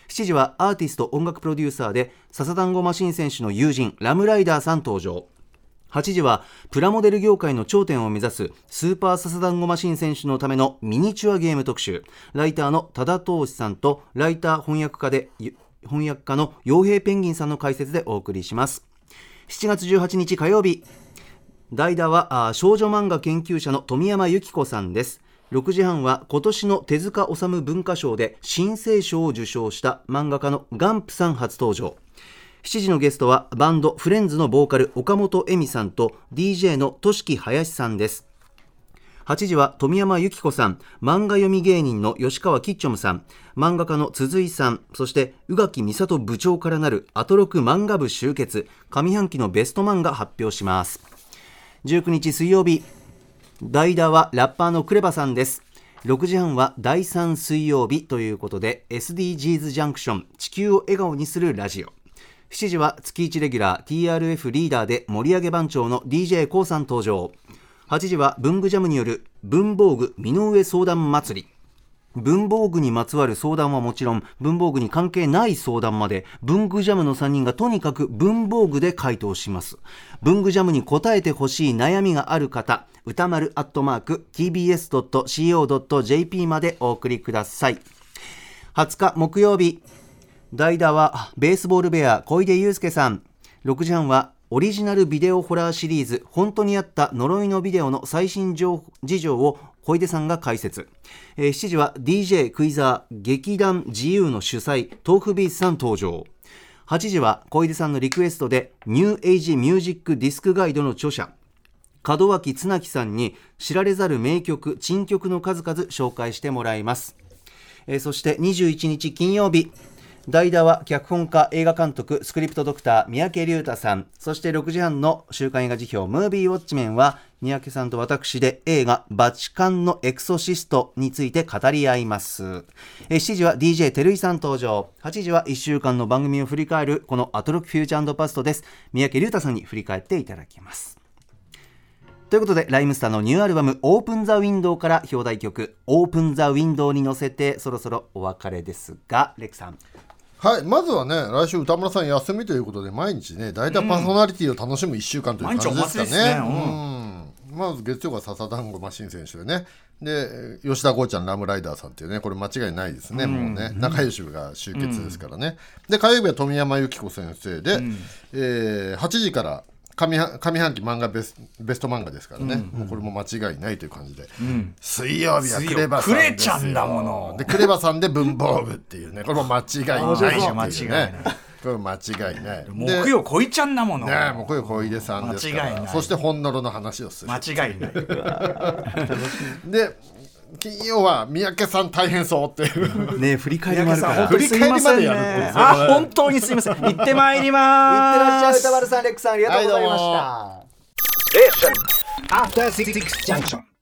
S1: 7時はアーティスト音楽プロデューサーでサザダンゴマシン選手の友人ラムライダーさん登場8時はプラモデル業界の頂点を目指すスーパーササダンゴマシン選手のためのミニチュアゲーム特集ライターの多田投資さんとライター翻訳家でゆ翻訳家の洋平ペンギンさんの解説でお送りします7月18日火曜日代打はあー少女漫画研究者の富山由紀子さんです6時半は今年の手塚治虫文化賞で新生賞を受賞した漫画家のガンプさん初登場7時のゲストはバンドフレンズのボーカル岡本恵美さんと DJ のとしき林さんです8時は富山由紀子さん漫画読み芸人の吉川キッチョムさん漫画家の鈴井さんそして宇垣美里部長からなるアトロク漫画部集結上半期のベスト漫画発表します19日水曜日代打はラッパーのクレバさんです6時半は第3水曜日ということで SDGs ジャンクション地球を笑顔にするラジオ7時は月1レギュラー TRF リーダーで盛り上げ番長の d j k o さん登場8時は文具ジャムによる文房具身の上相談祭り文房具にまつわる相談はもちろん文房具に関係ない相談まで文具ジャムの3人がとにかく文房具で回答します文具ジャムに答えてほしい悩みがある方歌丸アットマーク tbs.co.jp までお送りください20日木曜日代打はベースボールベア小出祐介さん6時半はオリジナルビデオホラーシリーズ「本当にあった呪いのビデオ」の最新情事情を小出さんが解説、えー7時は DJ クイザー劇団自由の主催トークビーズさん登場8時は小出さんのリクエストでニューエイジミュージックディスクガイドの著者門脇綱木さんに知られざる名曲珍曲の数々紹介してもらいますえーそして21日金曜日代打は脚本家映画監督スクリプトドクター三宅龍太さんそして6時半の週刊映画辞表「ムービーウォッチメン」は三宅さんと私で映画「バチカンのエクソシスト」について語り合いますえー7時は DJ 照井さん登場8時は1週間の番組を振り返るこの「アトロックフューチャーパスト」です三宅龍太さんに振り返っていただきますということでライムスターのニューアルバム「オープン・ザ・ウィンドウ」から表題曲「オープン・ザ・ウィンドウ」に乗せてそろそろお別れですがレクさん
S3: はいまずはね来週歌村さん休みということで毎日ね大体パーソナリティを楽しむ1週間という感じですか
S2: 毎日お祭りですね
S3: ね。うんまず月曜が笹団子マシン選手でねで吉田剛ちゃんラムライダーさんっていうねこれ間違いないですね、もうね仲良しが集結ですからね、で火曜日は富山由紀子先生で、えー8時から上半上半期漫画ベスベスト漫画ですからね、もうこれも間違いないという感じで、水曜日はクレバさんですよ
S2: 水曜クレちゃんだもの
S3: でクレバさんで文房具っ
S2: [laughs]
S3: ていうねこれも間違いない
S2: 面白そう
S3: って
S2: 間違
S3: うね
S2: いない
S3: これ間違いない
S2: 木曜こいちゃんなもの、
S3: でねえもうこれ小出さんですから
S2: 間違いない
S3: そしてほんのろの話をする
S2: 間違い
S3: [laughs]
S2: ない
S3: で金曜は三宅さん大変そうってい
S2: [laughs]
S3: う
S1: ね振り返りも
S2: 皆
S1: あるか
S2: さん
S1: ら
S2: 本当にすいませんねあ本当にすいません
S3: 振り返りまでやるっていう
S2: 行ってまいります
S1: いってらっしゃい歌丸さんレックさんありがとうございました、
S3: はいどうも
S8: After Six Junction.